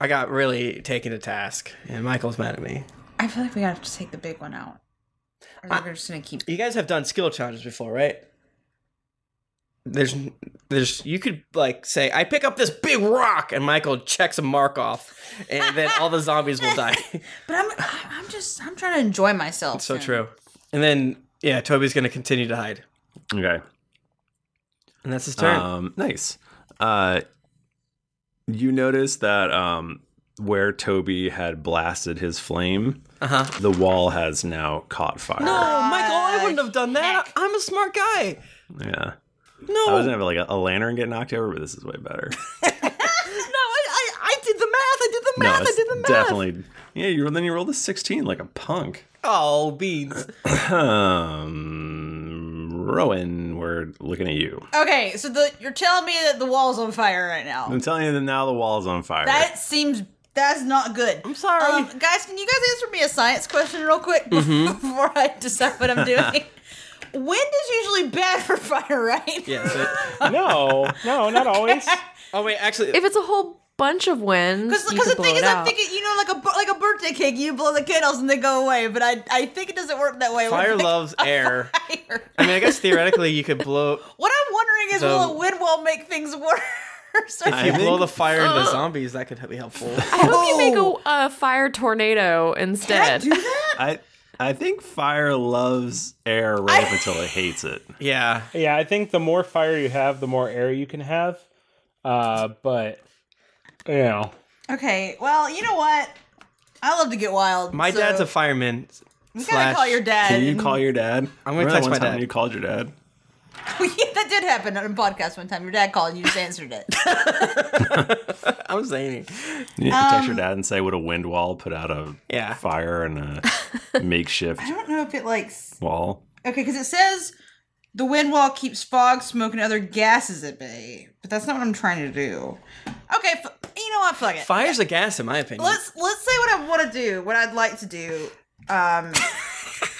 I got really taken to task, and Michael's mad at me. I feel like we have to take the big one out. Or we're just gonna keep. You guys have done skill challenges before, right? There's there's you could like say I pick up this big rock and Michael checks a mark off and then all the zombies will *laughs* die. *laughs* But I'm I'm just I'm trying to enjoy myself. so true. And then yeah, Toby's going to continue to hide. Okay. And that's his turn. Um, nice. Uh, you notice that um, where Toby had blasted his flame, uh-huh. the wall has now caught fire. No, Michael, I wouldn't have done that. I'm a *laughs* smart guy. Yeah. No. I was gonna have like a, a lantern get knocked over, but this is way better. No, I, I, I did the math. I did *laughs* the no, math. I it's did the math. definitely. Yeah, you then you rolled a sixteen like a punk. Oh, beans. *clears throat* um, Rowan, we're looking at you. Okay, so the you're telling me that the wall's on fire right Oh. now. I'm telling you that now the wall's on fire. That seems that's not good. I'm sorry, guys. Can you guys answer me a science question real quick *laughs* Mhm. before I decide what I'm doing? Wind is usually bad for fire, right? Yes. no, no, not always. oh wait, actually, *laughs* If it's a whole bunch of winds, Because you the could blow thing it is, I'm out. thinking, you know, like a bu- like a birthday cake, you blow the candles and they go away. But I I think it doesn't work that way. *laughs* Fire Like, loves air. I mean, I guess theoretically you could *laughs* blow What I'm wondering is, The- will a wind wall make things *laughs* worse? if you blow the fire into Oh. Ugh. zombies, that could *laughs* be helpful. I hope you make Oh. a, a fire tornado instead. I I think fire loves *laughs* air right up until it hates it. Yeah. Yeah, I think the more fire you have, the more air you can have. Uh, but you know, okay, well, you know what? I love to get wild. My so dad's a fireman. We gotta call your dad. Can you *laughs* call your dad? I'm gonna Remember that text one my time dad. You called your dad. that did happen on a podcast one time. Your dad called and you just answered it. *laughs* I'm saying You need to text your Um, dad and say, "Would a wind wall put out a Yeah. fire and *laughs* a makeshift I don't know if it likes. wall?" Okay, because it says the wind wall keeps fog, smoke, and other gases at bay. But that's not what I'm trying to do. Okay, f- you know what? Fuck it. Fire's a gas, in my opinion. Let's let's say what I want to do. What I'd like to do um,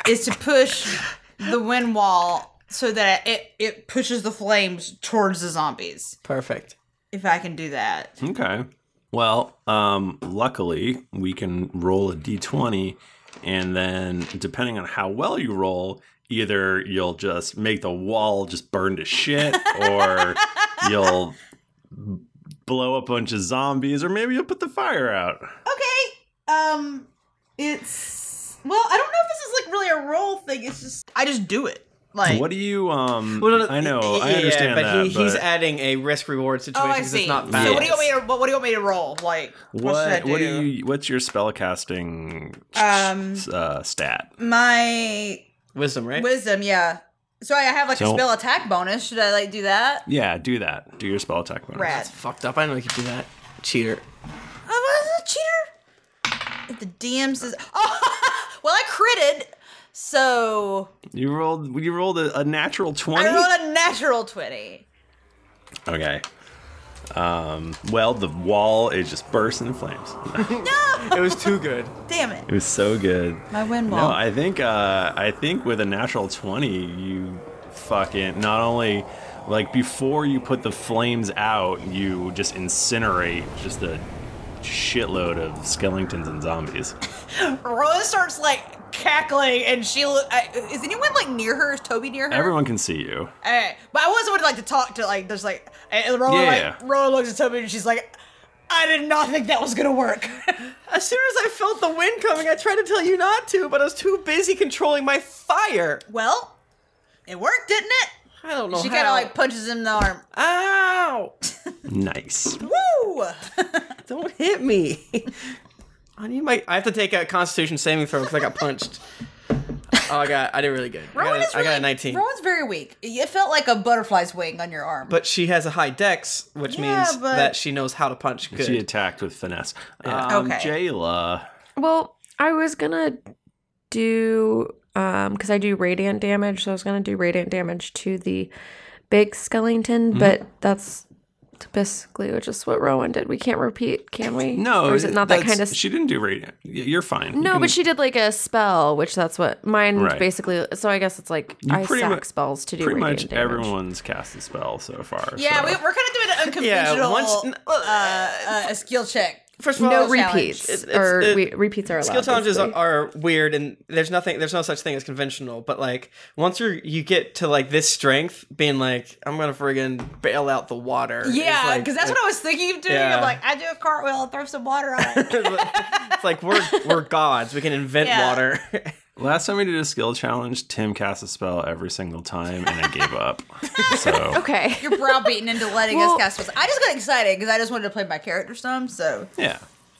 is to push the wind wall so that it it pushes the flames towards the zombies. Perfect. If I can do that. Okay. Well, um, luckily we can roll a d20, and then depending on how well you roll, either you'll just make the wall just burn to shit, or you'll b- blow a bunch of zombies, or maybe you'll put the fire out. Okay. Um, it's well, I don't know if this is like really a role thing. It's just I just do it. Like, what do you? Um, Well, no, no, I know, y- I yeah, understand but that. he, he's adding a risk reward oh, situation I because see. it's not so what do you balanced. want me to? What, what do you want me to roll? Like, what, should what? I do? What do you? What's your spellcasting Um, uh, stat? my Wisdom, right? wisdom, yeah. So I have like So- a spell attack bonus. Should I like do that? Yeah, do that. Do your spell attack bonus. Rad. Fucked up. I know you could do that. Cheater. Oh, I was a cheater. If the DM says, *laughs* "Oh, well, I critted," so You rolled. You rolled a, a natural I twenty. rolled a natural twenty. Okay. Um. Well, the wall is just bursting in flames. *laughs* It was too good. Ah, Damn it! It was so good. My wind No, wall. I think uh, I think with a natural twenty, you fucking not only like before you put the flames out, you just incinerate just a shitload of skeletons and zombies. Uh-huh. *gasps* Rose starts like cackling, and she lo- I, is anyone like near her? Is Toby near her? Everyone can see you. Alright, but I wasn't would like to talk to like there's like and Rowan Yeah. like Rowan looks at Toby and she's like, I did not think that was gonna work. *laughs* As soon as I felt the wind coming, I tried to tell you not to, but I was too busy controlling my fire. well, it worked, didn't it? I don't know she how. kind of like punches him in the arm. Ow! Nice. Woo! Don't hit me. *laughs* I need my. I have to take a Constitution saving throw because I got punched. Oh, I got. I did really good. I got, Rowan a- is I really, got a 19. Rowan's very weak. It felt like a butterfly's wing on your arm. But she has a high dex, which Yeah, means but- that she knows how to punch good. She attacked with finesse. Um, Okay. Jayla. Well, I was gonna do um because I do radiant damage, so I was gonna do radiant damage to the big skeleton, Mm-hmm. but that's basically just what Rowan did. We can't repeat, can we? No, or is it not that that's- kind of? She didn't do radiant. Y- You're fine. You no, can- but she did like a spell, which that's what mine Right. basically. So I guess it's like You I pretty sack mu- spells to do Pretty radiant much damage. everyone's cast a spell so far. yeah, so. we, we're kind of *laughs* doing an unconventional once- n- well, uh, uh, a skill check. First of all, No challenge. repeats, It's- it's- or it- we, repeats are allowed. skill challenges are, basically. are weird and there's nothing there's no such thing as conventional but like once you're you get to like this strength being like i'm gonna friggin bail out the water is, Yeah, like- because that's what I was thinking of doing. Yeah. I'm like, I do a cartwheel, throw some water on *laughs* it. it's like we're we're gods we can invent Yeah. water *laughs* Last time we did a skill challenge, Tim cast a spell every single time, and I gave *laughs* up. So Oh. okay. You're browbeaten into letting Well- us cast spells. I just got excited because I just wanted to play my character some. So yeah,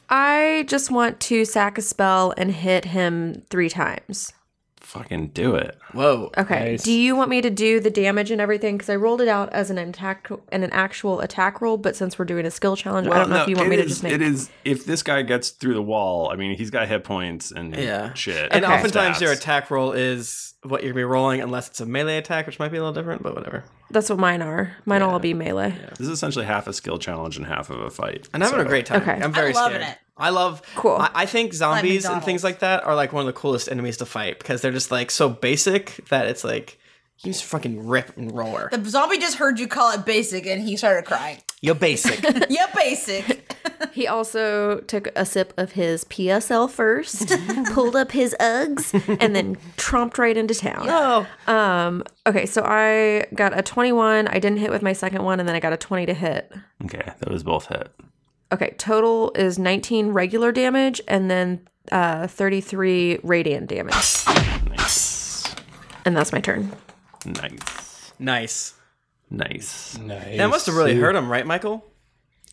I just want to sack a spell and hit him three times. fucking do it. whoa Okay. Nice. Do you want me to do the damage and everything? Because I rolled it out as an attack and an actual attack roll, but since we're doing a skill challenge, I don't know no, if you want it me to is- just make it is. If this guy gets through the wall, I mean, he's got hit points and yeah shit. and Okay. oftentimes Stats. your attack roll is what you're gonna be rolling unless it's a melee attack which might be a little different but whatever That's what mine are. Mine will all be melee. This is essentially half a skill challenge and half of a fight. And I'm having a so- great time. Okay. I'm very I'm loving scared. it. I love. Cool. I, I think zombies and McDonald's. things like that are like one of the coolest enemies to fight because they're just like so basic that it's like you just fucking rip and roar. the zombie just heard you call it basic and he started *laughs* crying. *laughs* You're basic. *laughs* yeah, basic. He also took a sip of his PSL *laughs* first, pulled up his Uggs, and then tromped right into town. oh, Um, okay, so I got a 21. I didn't hit with my second one, and then I got a 20 to hit. Okay, those both hit. Okay, total is 19 regular damage and then uh, 33 radiant damage. Nice, And that's my turn. nice, nice. nice. That must have really hurt him, right, Michael?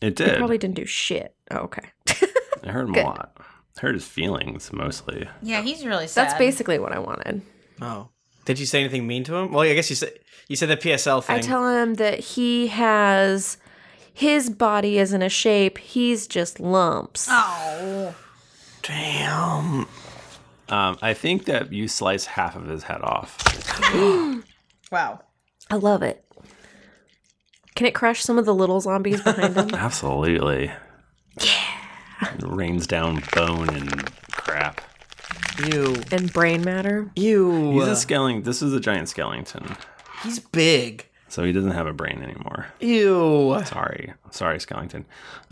It did. Probably didn't do shit. *laughs* Oh, okay. it hurt him a lot. It hurt his feelings mostly. Yeah, he's really sad. That's basically what I wanted. Oh, did you say anything mean to him? Well, I guess you said you said the PSL thing. I tell him that he has his body isn't a shape, he's just lumps. *gasps* Oh, Damn. Um, I think that you slice half of his head off. *laughs* wow. I love it. Can it crush some of the little zombies *laughs* behind him? Absolutely. Yeah. It rains down bone and crap. You. and brain matter? You. He's a scaling. This is a giant skeleton, he's big. so he doesn't have a brain anymore. Ew. Sorry, sorry, skeleton.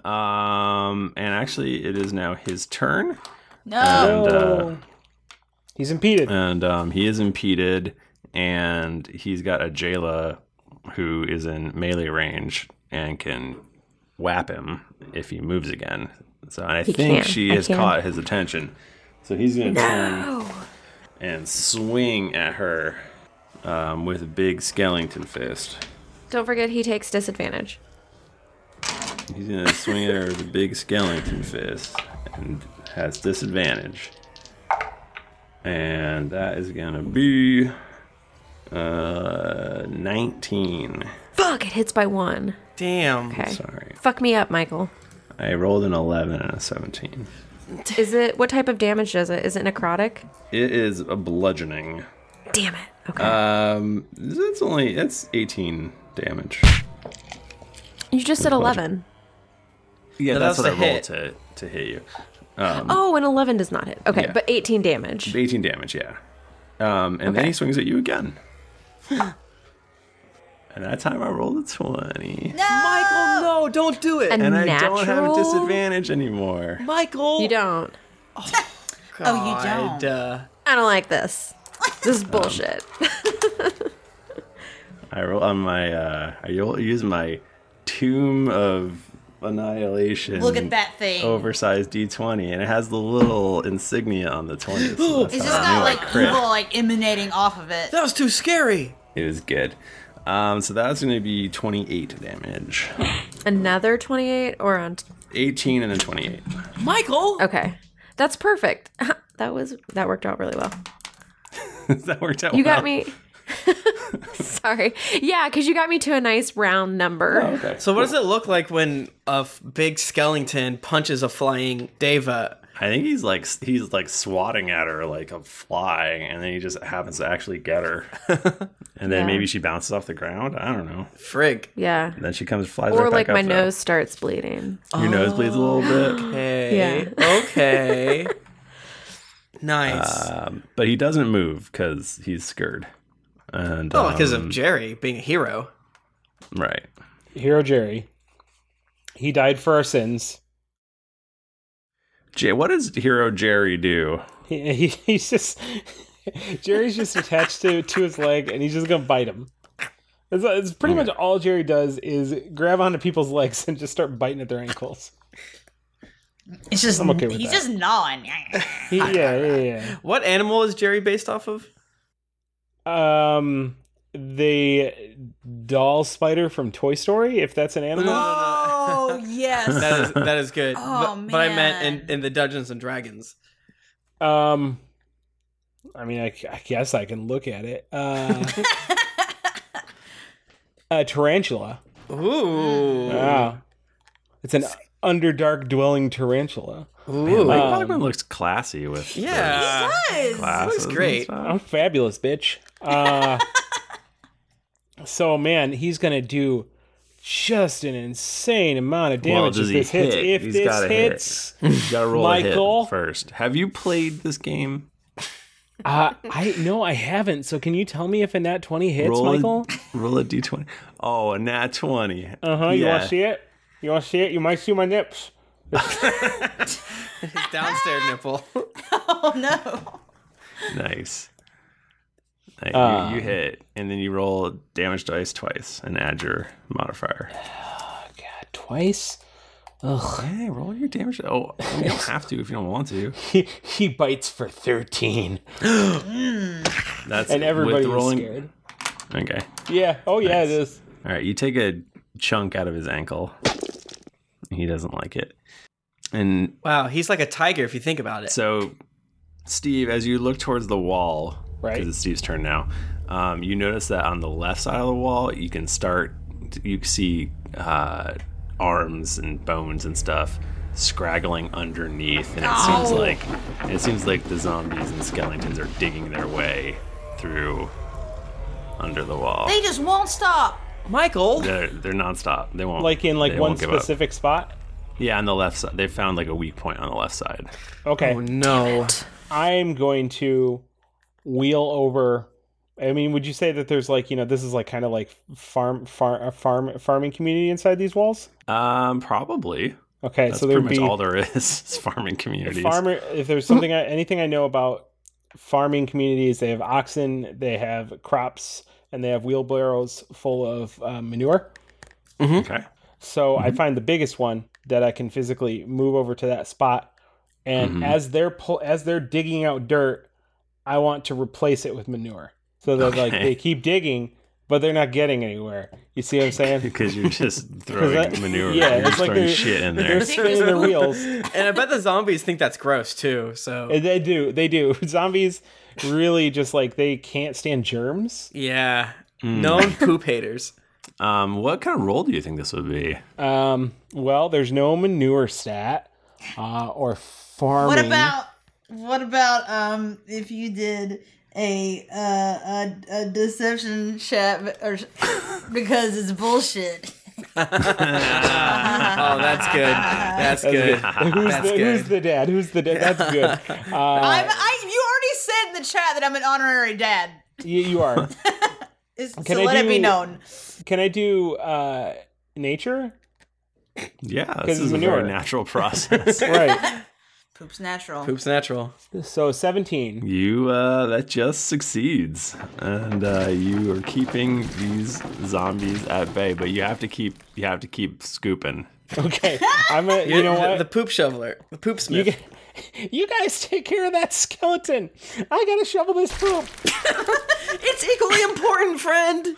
Um, and actually, it is now his turn, No. and uh, Oh. He's impeded. and um, he is impeded, and he's got a Jayla who is in melee range and can whap him if he moves again. So and I think can. she I has can. caught his attention. So he's gonna turn and swing at her. um, with a big Skellington fist. Don't forget he takes disadvantage. He's going to swing at her with a big Skellington fist and has disadvantage. And that is going to be uh, 19. Fuck, it hits by one. Damn. Okay. Sorry. Fuck me up, Michael. I rolled an 11 and a 17. Is it what type of damage does it? Is it necrotic? It is a bludgeoning. Damn it. Okay. Um, that's only that's 18 damage. You just said bludgeon- eleven. Yeah, No, that's that what I was a rolled to to hit you. Um, Oh, and eleven does not hit. Okay, Yeah. but eighteen damage. 18 damage, yeah. Um, and then Okay. he swings at you again. and that time I rolled a 20. Michael, no, don't do it. A and I natural. don't have disadvantage anymore. Michael. You don't. Oh, you don't. God, uh, I don't like this. *laughs* This is bullshit. *laughs* I roll on my uh I roll- use my tomb of annihilation. Look at that Oh, thing. Oversized D20 and it has the little insignia on the 20. So that's It's how I just knew got I like crit. evil like emanating off of it. that was too scary. It was good. Um so that's going to be 28 damage. Another twenty-eight or on. 18 and a 28. *laughs* Michael. Okay, that's perfect. *laughs* that was that worked out really well. that worked out You well. got me. *laughs* Sorry. Yeah, because you got me to a nice round number. Oh, Okay. So what does it look like when a f- big skeleton punches a flying deva? I think he's like he's like swatting at her like a fly, and then he just happens to actually get *laughs* her, and then Yeah. maybe she bounces off the ground. I don't know. Frig. Yeah. And then she comes flies Or right like back my up, though. nose starts bleeding. Your nose bleeds a little bit, Okay. *laughs* Okay. nice. Uh, um, but he doesn't move because he's scared. And oh, because um, of Jerry being a hero. right. Hero Jerry. He died for our sins. Jay, what does Hero Jerry do? He, *laughs* he, he's just Jerry's just attached to to his leg, and he's just gonna bite him. It's, it's pretty much all Jerry does is grab onto people's legs and just start biting at their ankles. It's just I'm okay with he's that. just gnawing. He- yeah, yeah, What animal is Jerry based off of? yeah. Um, the doll spider from Toy Story, if that's an animal. *laughs* Oh yes. That is that *laughs* is good. Oh, but, but I meant man. in, in the Dungeons and Dragons. Um, I mean, I, c- I guess I can look at it. *laughs* Uh, a tarantula. Ooh. Wow, it's an underdark dwelling tarantula. Man, Mike Um, Bachman looks classy with Yeah. those glasses. and great. stuff. I'm fabulous, bitch. *laughs* Uh, so man, he's gonna do just an insane amount of damage Well, if does he this hits. hit? If He's this gotta hit. hits, You gotta roll a hit Michael. first. Have you played this game? uh, I no, I haven't. So can you tell me if a nat twenty hits, roll Michael? A, *laughs* roll a d20. Oh, a nat 20. Uh huh. You want to see it? You want to see it? You might see my nips. His *laughs* downstairs nipple. oh no. Nice. Uh, you- you, hit, and then you roll damage dice twice and add your modifier. *sighs* God, twice. Ugh. Hey, roll your damage. Oh, you *laughs* don't have to if you don't want to. He he bites for thirteen, That's and everybody's with the rolling. scared. Okay. Yeah. Oh yeah, it is. All right. You take a chunk out of his ankle. He doesn't like it. And Wow, he's like a tiger if you think about it. So, Steve, as you look towards the wall, Right. Because it's Steve's turn now. Um, you notice that on the left side of the wall, you can start. You can see uh, arms and bones and stuff scraggling underneath, and it seems like it seems like the zombies and skeletons are digging their way through under the wall. They just won't stop. Michael. They're they're nonstop. They won't Like in like they one won't give up. specific spot. Yeah, on the left side, they found like a weak point on the left side. Oh, Okay. No. I'm going to wheel over. I mean, would you say that there's like you know this is like kind of like farm farm a farm farming community inside these walls? Um, probably. Okay, That's so pretty there'd much be all there is. *laughs* is farming communities. farmer. If there's something I, anything I know about farming communities, they have oxen, they have crops, and they have wheelbarrows full of uh, manure. Okay. So Mm-hmm. I find the biggest one that I can physically move over to that spot, Mm-hmm. and as they're pull, as they're digging out dirt, I want to replace it with manure. So that like Okay. they keep digging, but they're not getting anywhere. You see what I'm *laughs* saying? Because you're just *laughs* 'Cause throwing that- manure. you're Yeah, it's just like throwing they're- shit in They're there. spinning their wheels. *laughs* and I bet *laughs* the zombies *laughs* think that's gross too. So And Uh, They do. They do. *laughs* Zombies really just like they can't stand germs. yeah, Mm. known poop haters. *laughs* Um, what kind of role do you think this would be? Um, well, there's no manure stat uh, or farming. What about what about um if you did a uh, a, a deception chat or *laughs* because it's bullshit. oh, that's good. That's That's, good. good. *laughs* Who's, that's the, good. who's the dad? Who's the dad? That's good. Uh, *laughs* I'm, I you already said in the chat that I'm an honorary dad. you, you *laughs* are. It's, Can so I let it be do- known. Can I do uh, *laughs* nature? Yeah, this 'Cause is a manure. very *laughs* natural process. *laughs* Right. Poop's natural. Poop's natural. so 17. You uh, that just succeeds, and uh, you are keeping these zombies at bay. But you have to keep you have to keep scooping. Okay. I'm a, you know the, what? The poop shoveler. The poop smith. you guys take care of that skeleton. I gotta shovel this *laughs* poop. it's equally important, friend.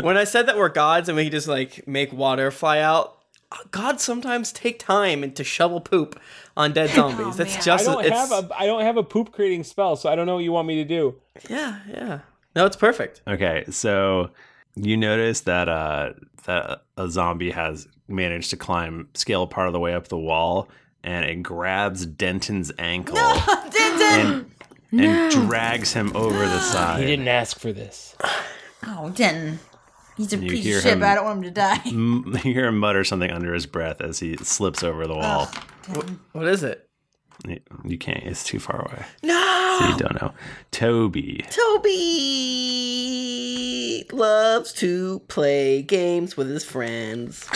when I said that we're gods and we just like make water fly out, gods sometimes take time and to shovel poop on *laughs* dead zombies. That's I just don't it's, have a I don't have a poop creating spell, so I don't know what you want me to do. yeah, yeah. No, it's perfect. Okay, so you notice that uh, that a zombie has managed to climb scale part of the way up the wall, and it grabs Denton's ankle and, and drags him over the side. He didn't ask for this. Oh, Denton. He's a You piece hear of shit, him- but I don't want him to die. M- you hear him mutter something under his breath as he slips over the wall. What is it? You- You can't. It's too far away. No, So you don't know. Toby. Toby loves to play games with his friends.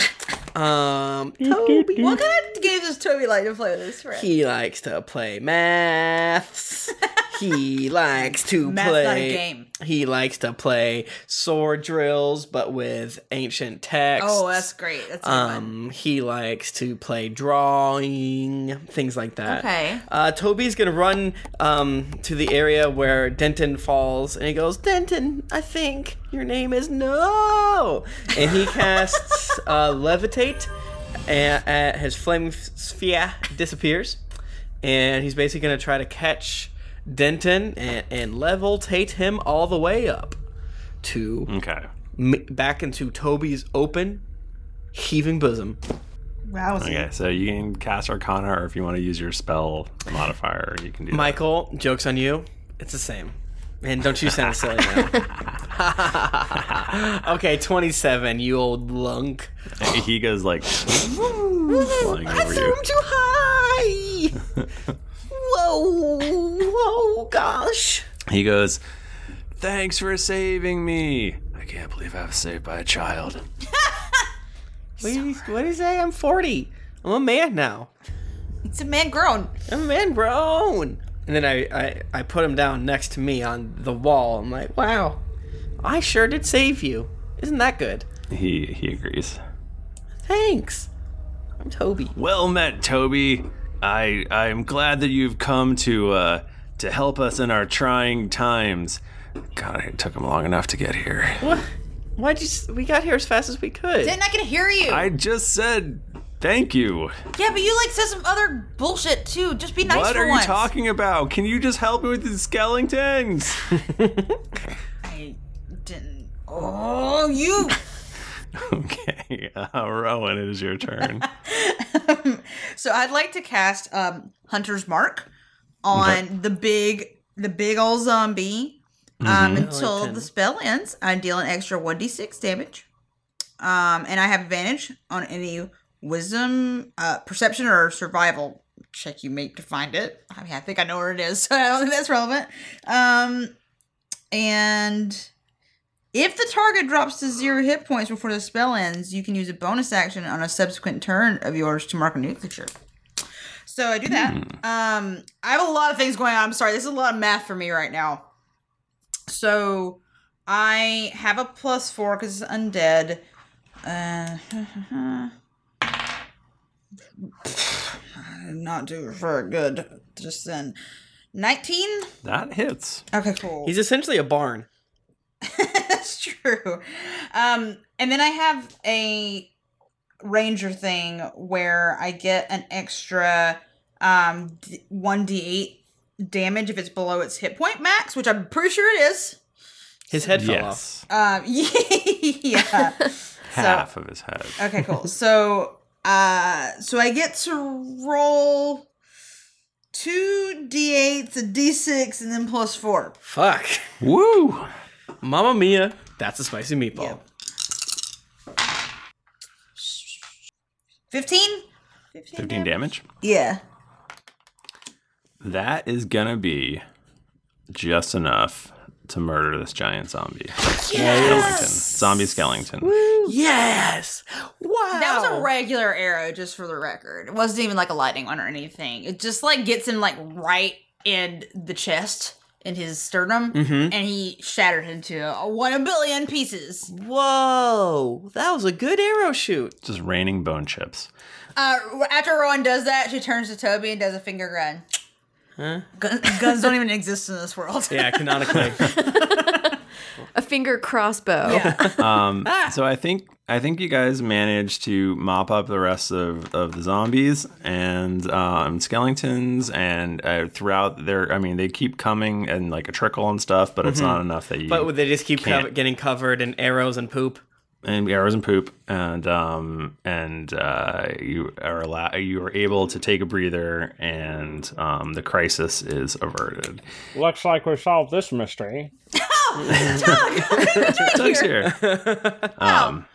Um, Toby, what kind of game does Toby like to play with his friends? He likes to play *laughs* maths. he likes to Math's play not a game. He likes to play sword drills, but with ancient texts. Oh, that's great. That's so fun. Um, he likes to play drawing, things like that. Okay. Uh, Toby's gonna run um, to the area where Denton falls, and he goes, "Denton, I think your name is no." And he casts uh, levitate, and, and his flame sphere disappears, and he's basically gonna try to catch Denton and, and levitate him all the way up to Okay. m- back into Toby's open, heaving bosom. Wow. Okay. So you can cast Arcana, or if you want to use your spell modifier, you can do that. Michael, joke's on you. It's the same. And don't you sound silly now. okay, 27, you old lunk. He goes like flying over you. too high! whoa, whoa, gosh. He goes, "Thanks for saving me. I can't believe I was saved by a child." What do, you, what do you say? I'm 40. I'm a man now. It's a man grown. I'm a man grown. And then I, I, I put him down next to me on the wall. I'm like, wow, I sure did save you. Isn't that good? He he agrees. Thanks. I'm Toby. Well met, Toby. I I am glad that you've come to uh to help us in our trying times. God, it took him long enough to get here. What? Why'd you? s- We got here as fast as we could. Denton, I can hear you. I just said thank you. yeah, but you like said some other bullshit too. Just be nice what for are once. you talking about? Can you just help me with the *laughs* skeletons? I didn't. Oh, you. okay, uh, Rowan, it is your turn. *laughs* so I'd like to cast um, Hunter's Mark on the big, the big old zombie Mm-hmm. um, until the spell ends. I deal an extra one d six damage, um, and I have advantage on any Wisdom, uh, Perception, or Survival check you make to find it. I mean, I think I know where it is, *laughs* so I don't think that's relevant. Um, and if the target drops to zero hit points before the spell ends, you can use a bonus action on a subsequent turn of yours to mark a new creature. So I do that. Hmm. Um, I have a lot of things going on. I'm sorry, this is a lot of math for me right now. So I have a plus four because it's undead. Uh, *laughs* not do very good just then. 19? That hits. Okay, cool. He's essentially a barn. *laughs* That's true. Um, and then I have a ranger thing where I get an extra um d- 1d8 damage if it's below its hit point max, which I'm pretty sure it is. His head fell Yes. Um, *laughs* yeah. Half of his head. Okay, cool. So, uh, so I get to roll two d8s, a d6, and then plus four. off. Fuck. Woo. Mamma mia. That's a spicy meatball. Fifteen. 15 damage. Yeah. That is going to be just enough to murder this giant zombie. Skellington. Zombie Skellington. Yes. Wow. That was a regular arrow, just for the record. It wasn't even like a lightning one or anything. It just like gets him like right in the chest. In his sternum, Mhm. and he shattered into a one billion pieces. Whoa. That was a good arrow shoot. Just raining bone chips. Uh, after Rowan does that, she turns to Toby and does a finger gun. Huh? Gun- guns don't even exist in this *laughs* world. Yeah, canonically. A finger crossbow. *laughs* um, Ah. so I think I think you guys managed to mop up the rest of, of the zombies and um, skeletons and uh, throughout their I mean they keep coming and like a trickle and stuff but it's Mhm. not enough that you But they just keep Can't. cov- getting covered in arrows and poop. and arrows and poop and um and uh, you are allow- you are able to take a breather and um, the crisis is averted. Looks like we solved this *laughs* mystery. Doug's here. *laughs* Um,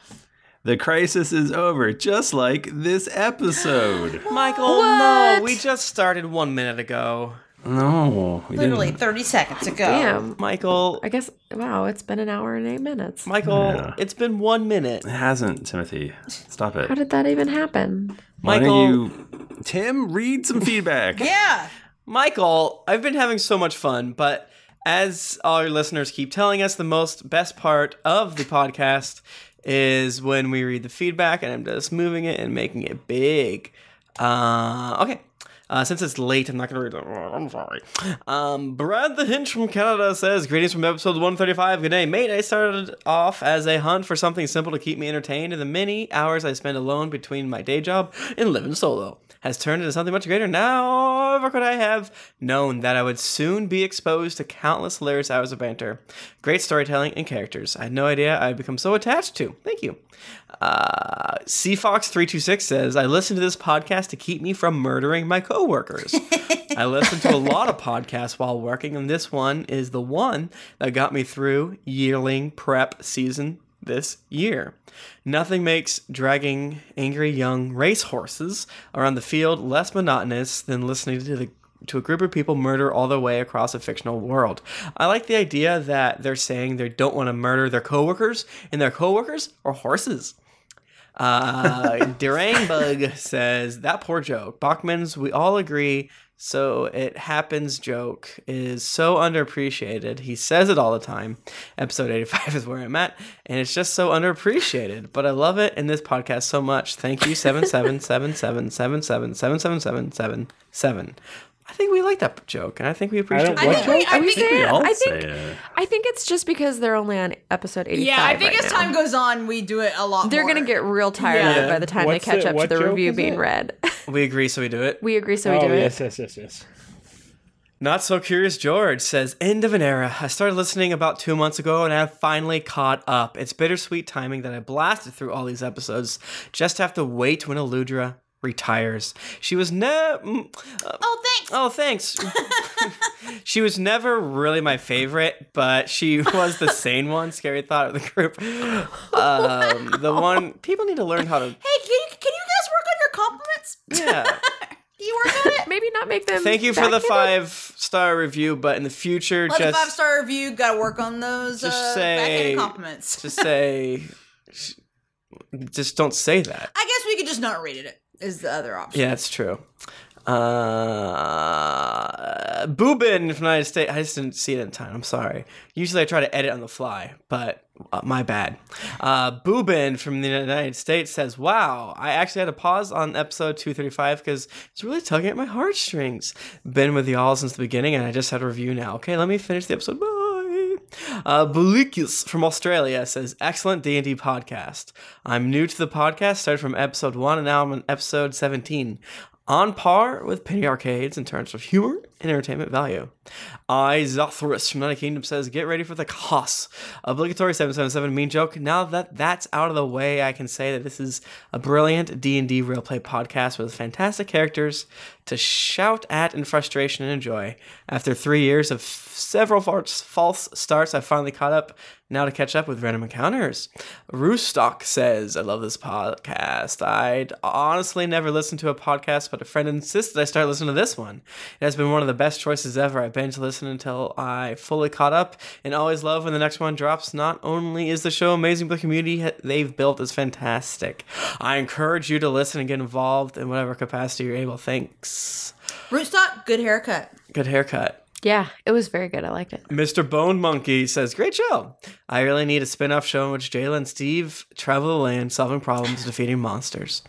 the crisis is over, just like this episode. Michael, no, we just started one minute ago. No, we Literally didn't. 30 seconds ago. Damn. Michael. I guess, wow, it's been an hour and eight minutes. Michael, Yeah. it's been one minute. It hasn't, Timothy. Stop it. How did that even happen? Why Michael- don't you, Tim, read some feedback? Yeah. Michael, I've been having so much fun, but as all your listeners keep telling us, the most best part of the podcast is when we read the feedback, and I'm just moving it and making it big. Uh, okay. Uh, since it's late, I'm not going to read it. I'm sorry. Um, Brad the Hinch from Canada says, Greetings from episode 135. Good day, mate. I started off as a hunt for something simple to keep me entertained, and the many hours I spend alone between my day job and living solo has turned into something much greater. Now, ever could I have known that I would soon be exposed to countless hilarious hours of banter, great storytelling, and characters I had no idea I'd become so attached to. Thank you. Uh, CFox326 says, I listen to this podcast to keep me from murdering my coworkers. I listen to a lot of podcasts while working, and this one is the one that got me through yearling prep season this year. Nothing makes dragging angry young racehorses around the field less monotonous than listening to the to a group of people murder all the way across a fictional world. I like the idea that they're saying they don't want to murder their coworkers, and their coworkers are horses. Uh, Durangbug says that poor joke. Bachman's, we all agree. So it happens. Joke is so underappreciated. He says it all the time. Episode eighty-five is where I'm at, and it's just so underappreciated. But I love it in this podcast so much. Thank you, seven seven seven seven seven seven seven seven seven seven seven. I think we like that joke, and I think we appreciate. I that think we- I think we all I think- it. I think it's just because they're only on episode 85. Yeah, I think right as now. time goes on, we do it a lot They're going to get real tired of Yeah. it by the time What's they catch it- up to what the joke review is being it? read. We agree, so we do it. we agree, so we oh, do it. yes, yes, yes, yes. Not So Curious George says, End of an era. I started listening about two months ago and I have finally caught up. It's bittersweet timing that I blasted through all these episodes. Just have to wait when Eludra retires. She was no. mm, uh, oh, thanks. *laughs* she was never really my favorite, but she was the sane one, scary thought of the group. Um, The one. People need to learn how to. Hey, can you, can you guys work on your compliments? Yeah. Do *laughs* you work on it? Maybe not make Um, them. Thank you for the backhanded. five star review, but in the future, Left just. a five star review. Got to work on those Just uh, say- backhanded compliments. just say sh- just don't say that *laughs* I guess we could just not read it. Is the other option? yeah it's true uh boobin from united states i just didn't see it in time i'm sorry usually i try to edit on the fly but Uh, my bad. Uh, Boobin from the United States says, Wow, I actually had to pause on episode 235 because it's really tugging at my heartstrings. Been with y'all since the beginning and I just had a review now. Okay, let me finish the episode. Bye. *laughs* Uh, Balikius from Australia says, "Excellent D and D podcast. I'm new to the podcast. Started from episode one, and now I'm on episode 17. On par with penny arcades in terms of humor and entertainment value." I Zothorus from United Kingdom says, "Get ready for the cost obligatory 777 mean joke. Now that that's out of the way, I can say that this is a brilliant D and D real play podcast with fantastic characters to shout at in frustration and enjoy. After three years of several false, false starts, I finally caught up. Now to catch up with random encounters. Roostock says, I love this podcast. I'd honestly never listened to a podcast, but a friend insisted I start listening to this one. It has been one of the best choices ever. I binge listened until I fully caught up and always love when the next one drops. Not only is the show amazing, but the community they've built is fantastic. I encourage you to listen and get involved in whatever capacity you're able. Thanks. Rootstock, good haircut. Good haircut. Yeah, it was very good. I liked it. Mr. Bone Monkey says, Great show. I really need a spin off show in which Jayla and Steve travel the land, solving problems, defeating monsters.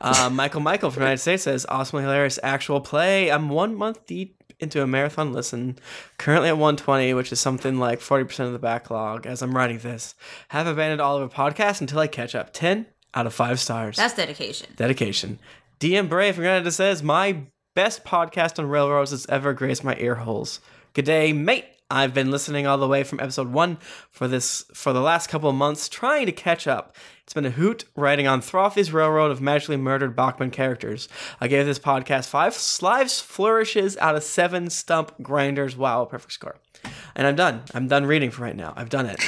Uh, Michael Michael from United States says, Awesomely hilarious actual play. I'm one month deep into a marathon listen, currently at 120, which is something like 40% of the backlog as I'm writing this. Have abandoned all of a podcast until I catch up. 10 out of 5 stars. That's dedication. Dedication. DM Brave from Canada says, My best podcast on railroads that's ever graced my ear holes. Good day, mate. I've been listening all the way from episode one for this for the last couple of months, trying to catch up. It's been a hoot writing on Throthy's Railroad of magically murdered Bachman characters. I gave this podcast five slives flourishes out of seven stump grinders. Wow, perfect score. And I'm done. I'm done reading for right now. I've *laughs* done it.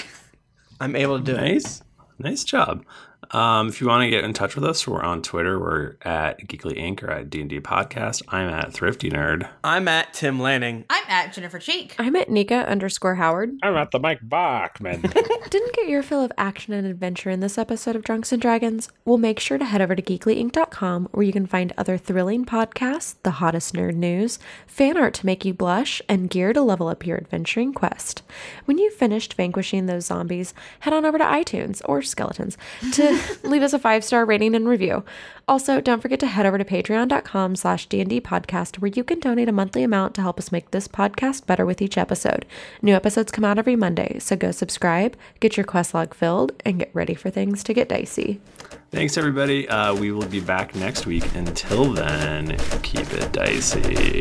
I'm able to do it. Nice. Nice job. Um, if you want to get in touch with us, we're on Twitter. We're at Geekly Inc. or at D&D Podcast. I'm at Thrifty Nerd. I'm at Tim Lanning. I'm at Jennifer Cheek. I'm at Nika underscore Howard. I'm at the Mike Bachman. Didn't get your fill of action and adventure in this episode of Drunks and Dragons? Well, make sure to head over to geeklyinc.com where you can find other thrilling podcasts, the hottest nerd news, fan art to make you blush, and gear to level up your adventuring quest. When you've finished vanquishing those zombies, head on over to iTunes or Skeletons *laughs* to leave us a five star rating and review. Also, don't forget to head over to patreon.com slash D&D podcast where you can donate a monthly amount to help us make this podcast better with each episode. New episodes come out every Monday, so go subscribe, get your quest log filled, and get ready for things to get dicey. Thanks, everybody. Uh, we will be back next week. Until then, keep it dicey.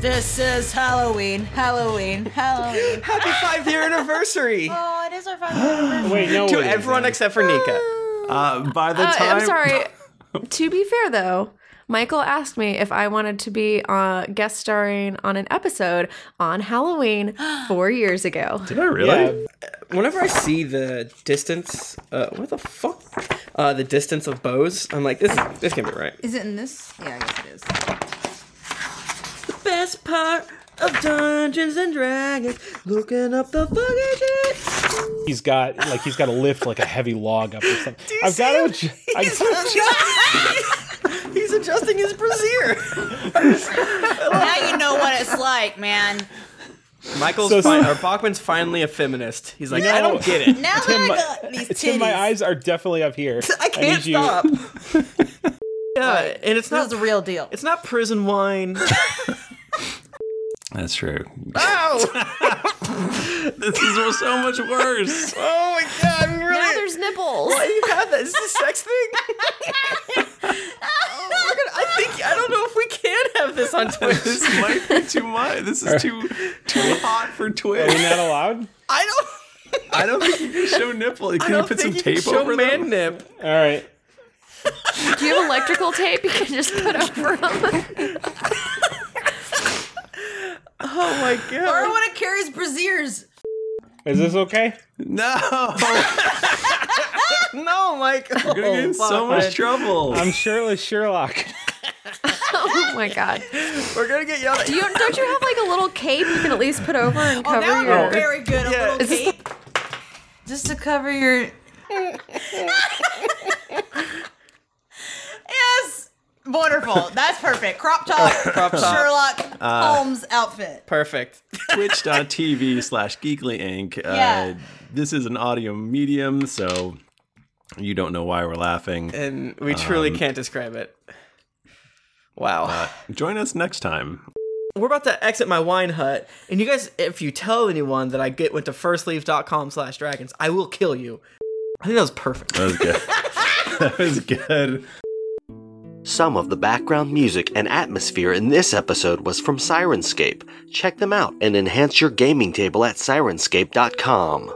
This is Halloween, Halloween, Halloween. *laughs* Happy five year anniversary. *laughs* Oh, it is *gasps* our five year anniversary. to everyone except for *gasps* Nika. Uh, by the Uh, time *laughs* I'm *gasps* sorry. to be fair, though, Michael asked me if I wanted to be uh, guest starring on an episode *gasps* on Halloween four years ago. Did I really? Uh, Whenever I see the distance, uh, what the fuck? Uh, the distance of bows, I'm like, this is, this can't be right. Is it in this? Yeah, I guess it is. The best part of Dungeons and Dragons, looking up the fucking shit. He's got like he's got to lift like a heavy log up or something. I've got to. adju- I He's, gotta adjusting, he's adjusting his brassiere. *laughs* now you know what it's like, man. *laughs* Michael's So- fine, or Bachman's finally a feminist. He's like, You know- I don't get it. Now that I Tim, got these Tim, my titties. eyes are definitely up here. *laughs* I can't need you- stop. yeah, and it's not This is the real deal. it's not prison wine. *laughs* That's *laughs* true. *laughs* Oh! *laughs* Ow! this is so much *laughs* worse. Oh my god, I'm Now really. there's nipples. Why you have that? Is this a sex thing? *laughs* We're gonna- I think I don't know if we can have this on Twitch. *laughs* this might be *laughs* too much. This is too too hot for Are *laughs* we Twitch. not allowed? I don't. I don't think you can show nipple. I Can you don't put some think you tape can show over man them? nip. All right. Do you have electrical tape you can just put over them? Oh my Or god. when it carries brasiers. Is this okay? *laughs* No, *laughs* No, Michael. you're gonna get in so Oh, much trouble. I'm shirtless Sherlock. *laughs* oh my god! We're gonna get yelled at. Do you don't you have like a little cape you can at least put over and Oh, cover that would your? be very good. A Yeah. little Is this cape. Just to cover your. yes! Wonderful. That's perfect. Crop top, crop top. Uh, Sherlock Holmes outfit. Perfect. *laughs* twitch.tv slash geekly inc uh, Yeah. this is an audio medium so you don't know why we're laughing Um, And we truly can't describe it. Wow. join us next time We're about to exit my wine hut, and you guys, if you tell anyone that I get went to firstleaf.com slash dragons, I will kill you. I think that was perfect. that was good *laughs* that was good Some of the background music and atmosphere in this episode was from Sirenscape. Check them out and enhance your gaming table at sirenscape.com.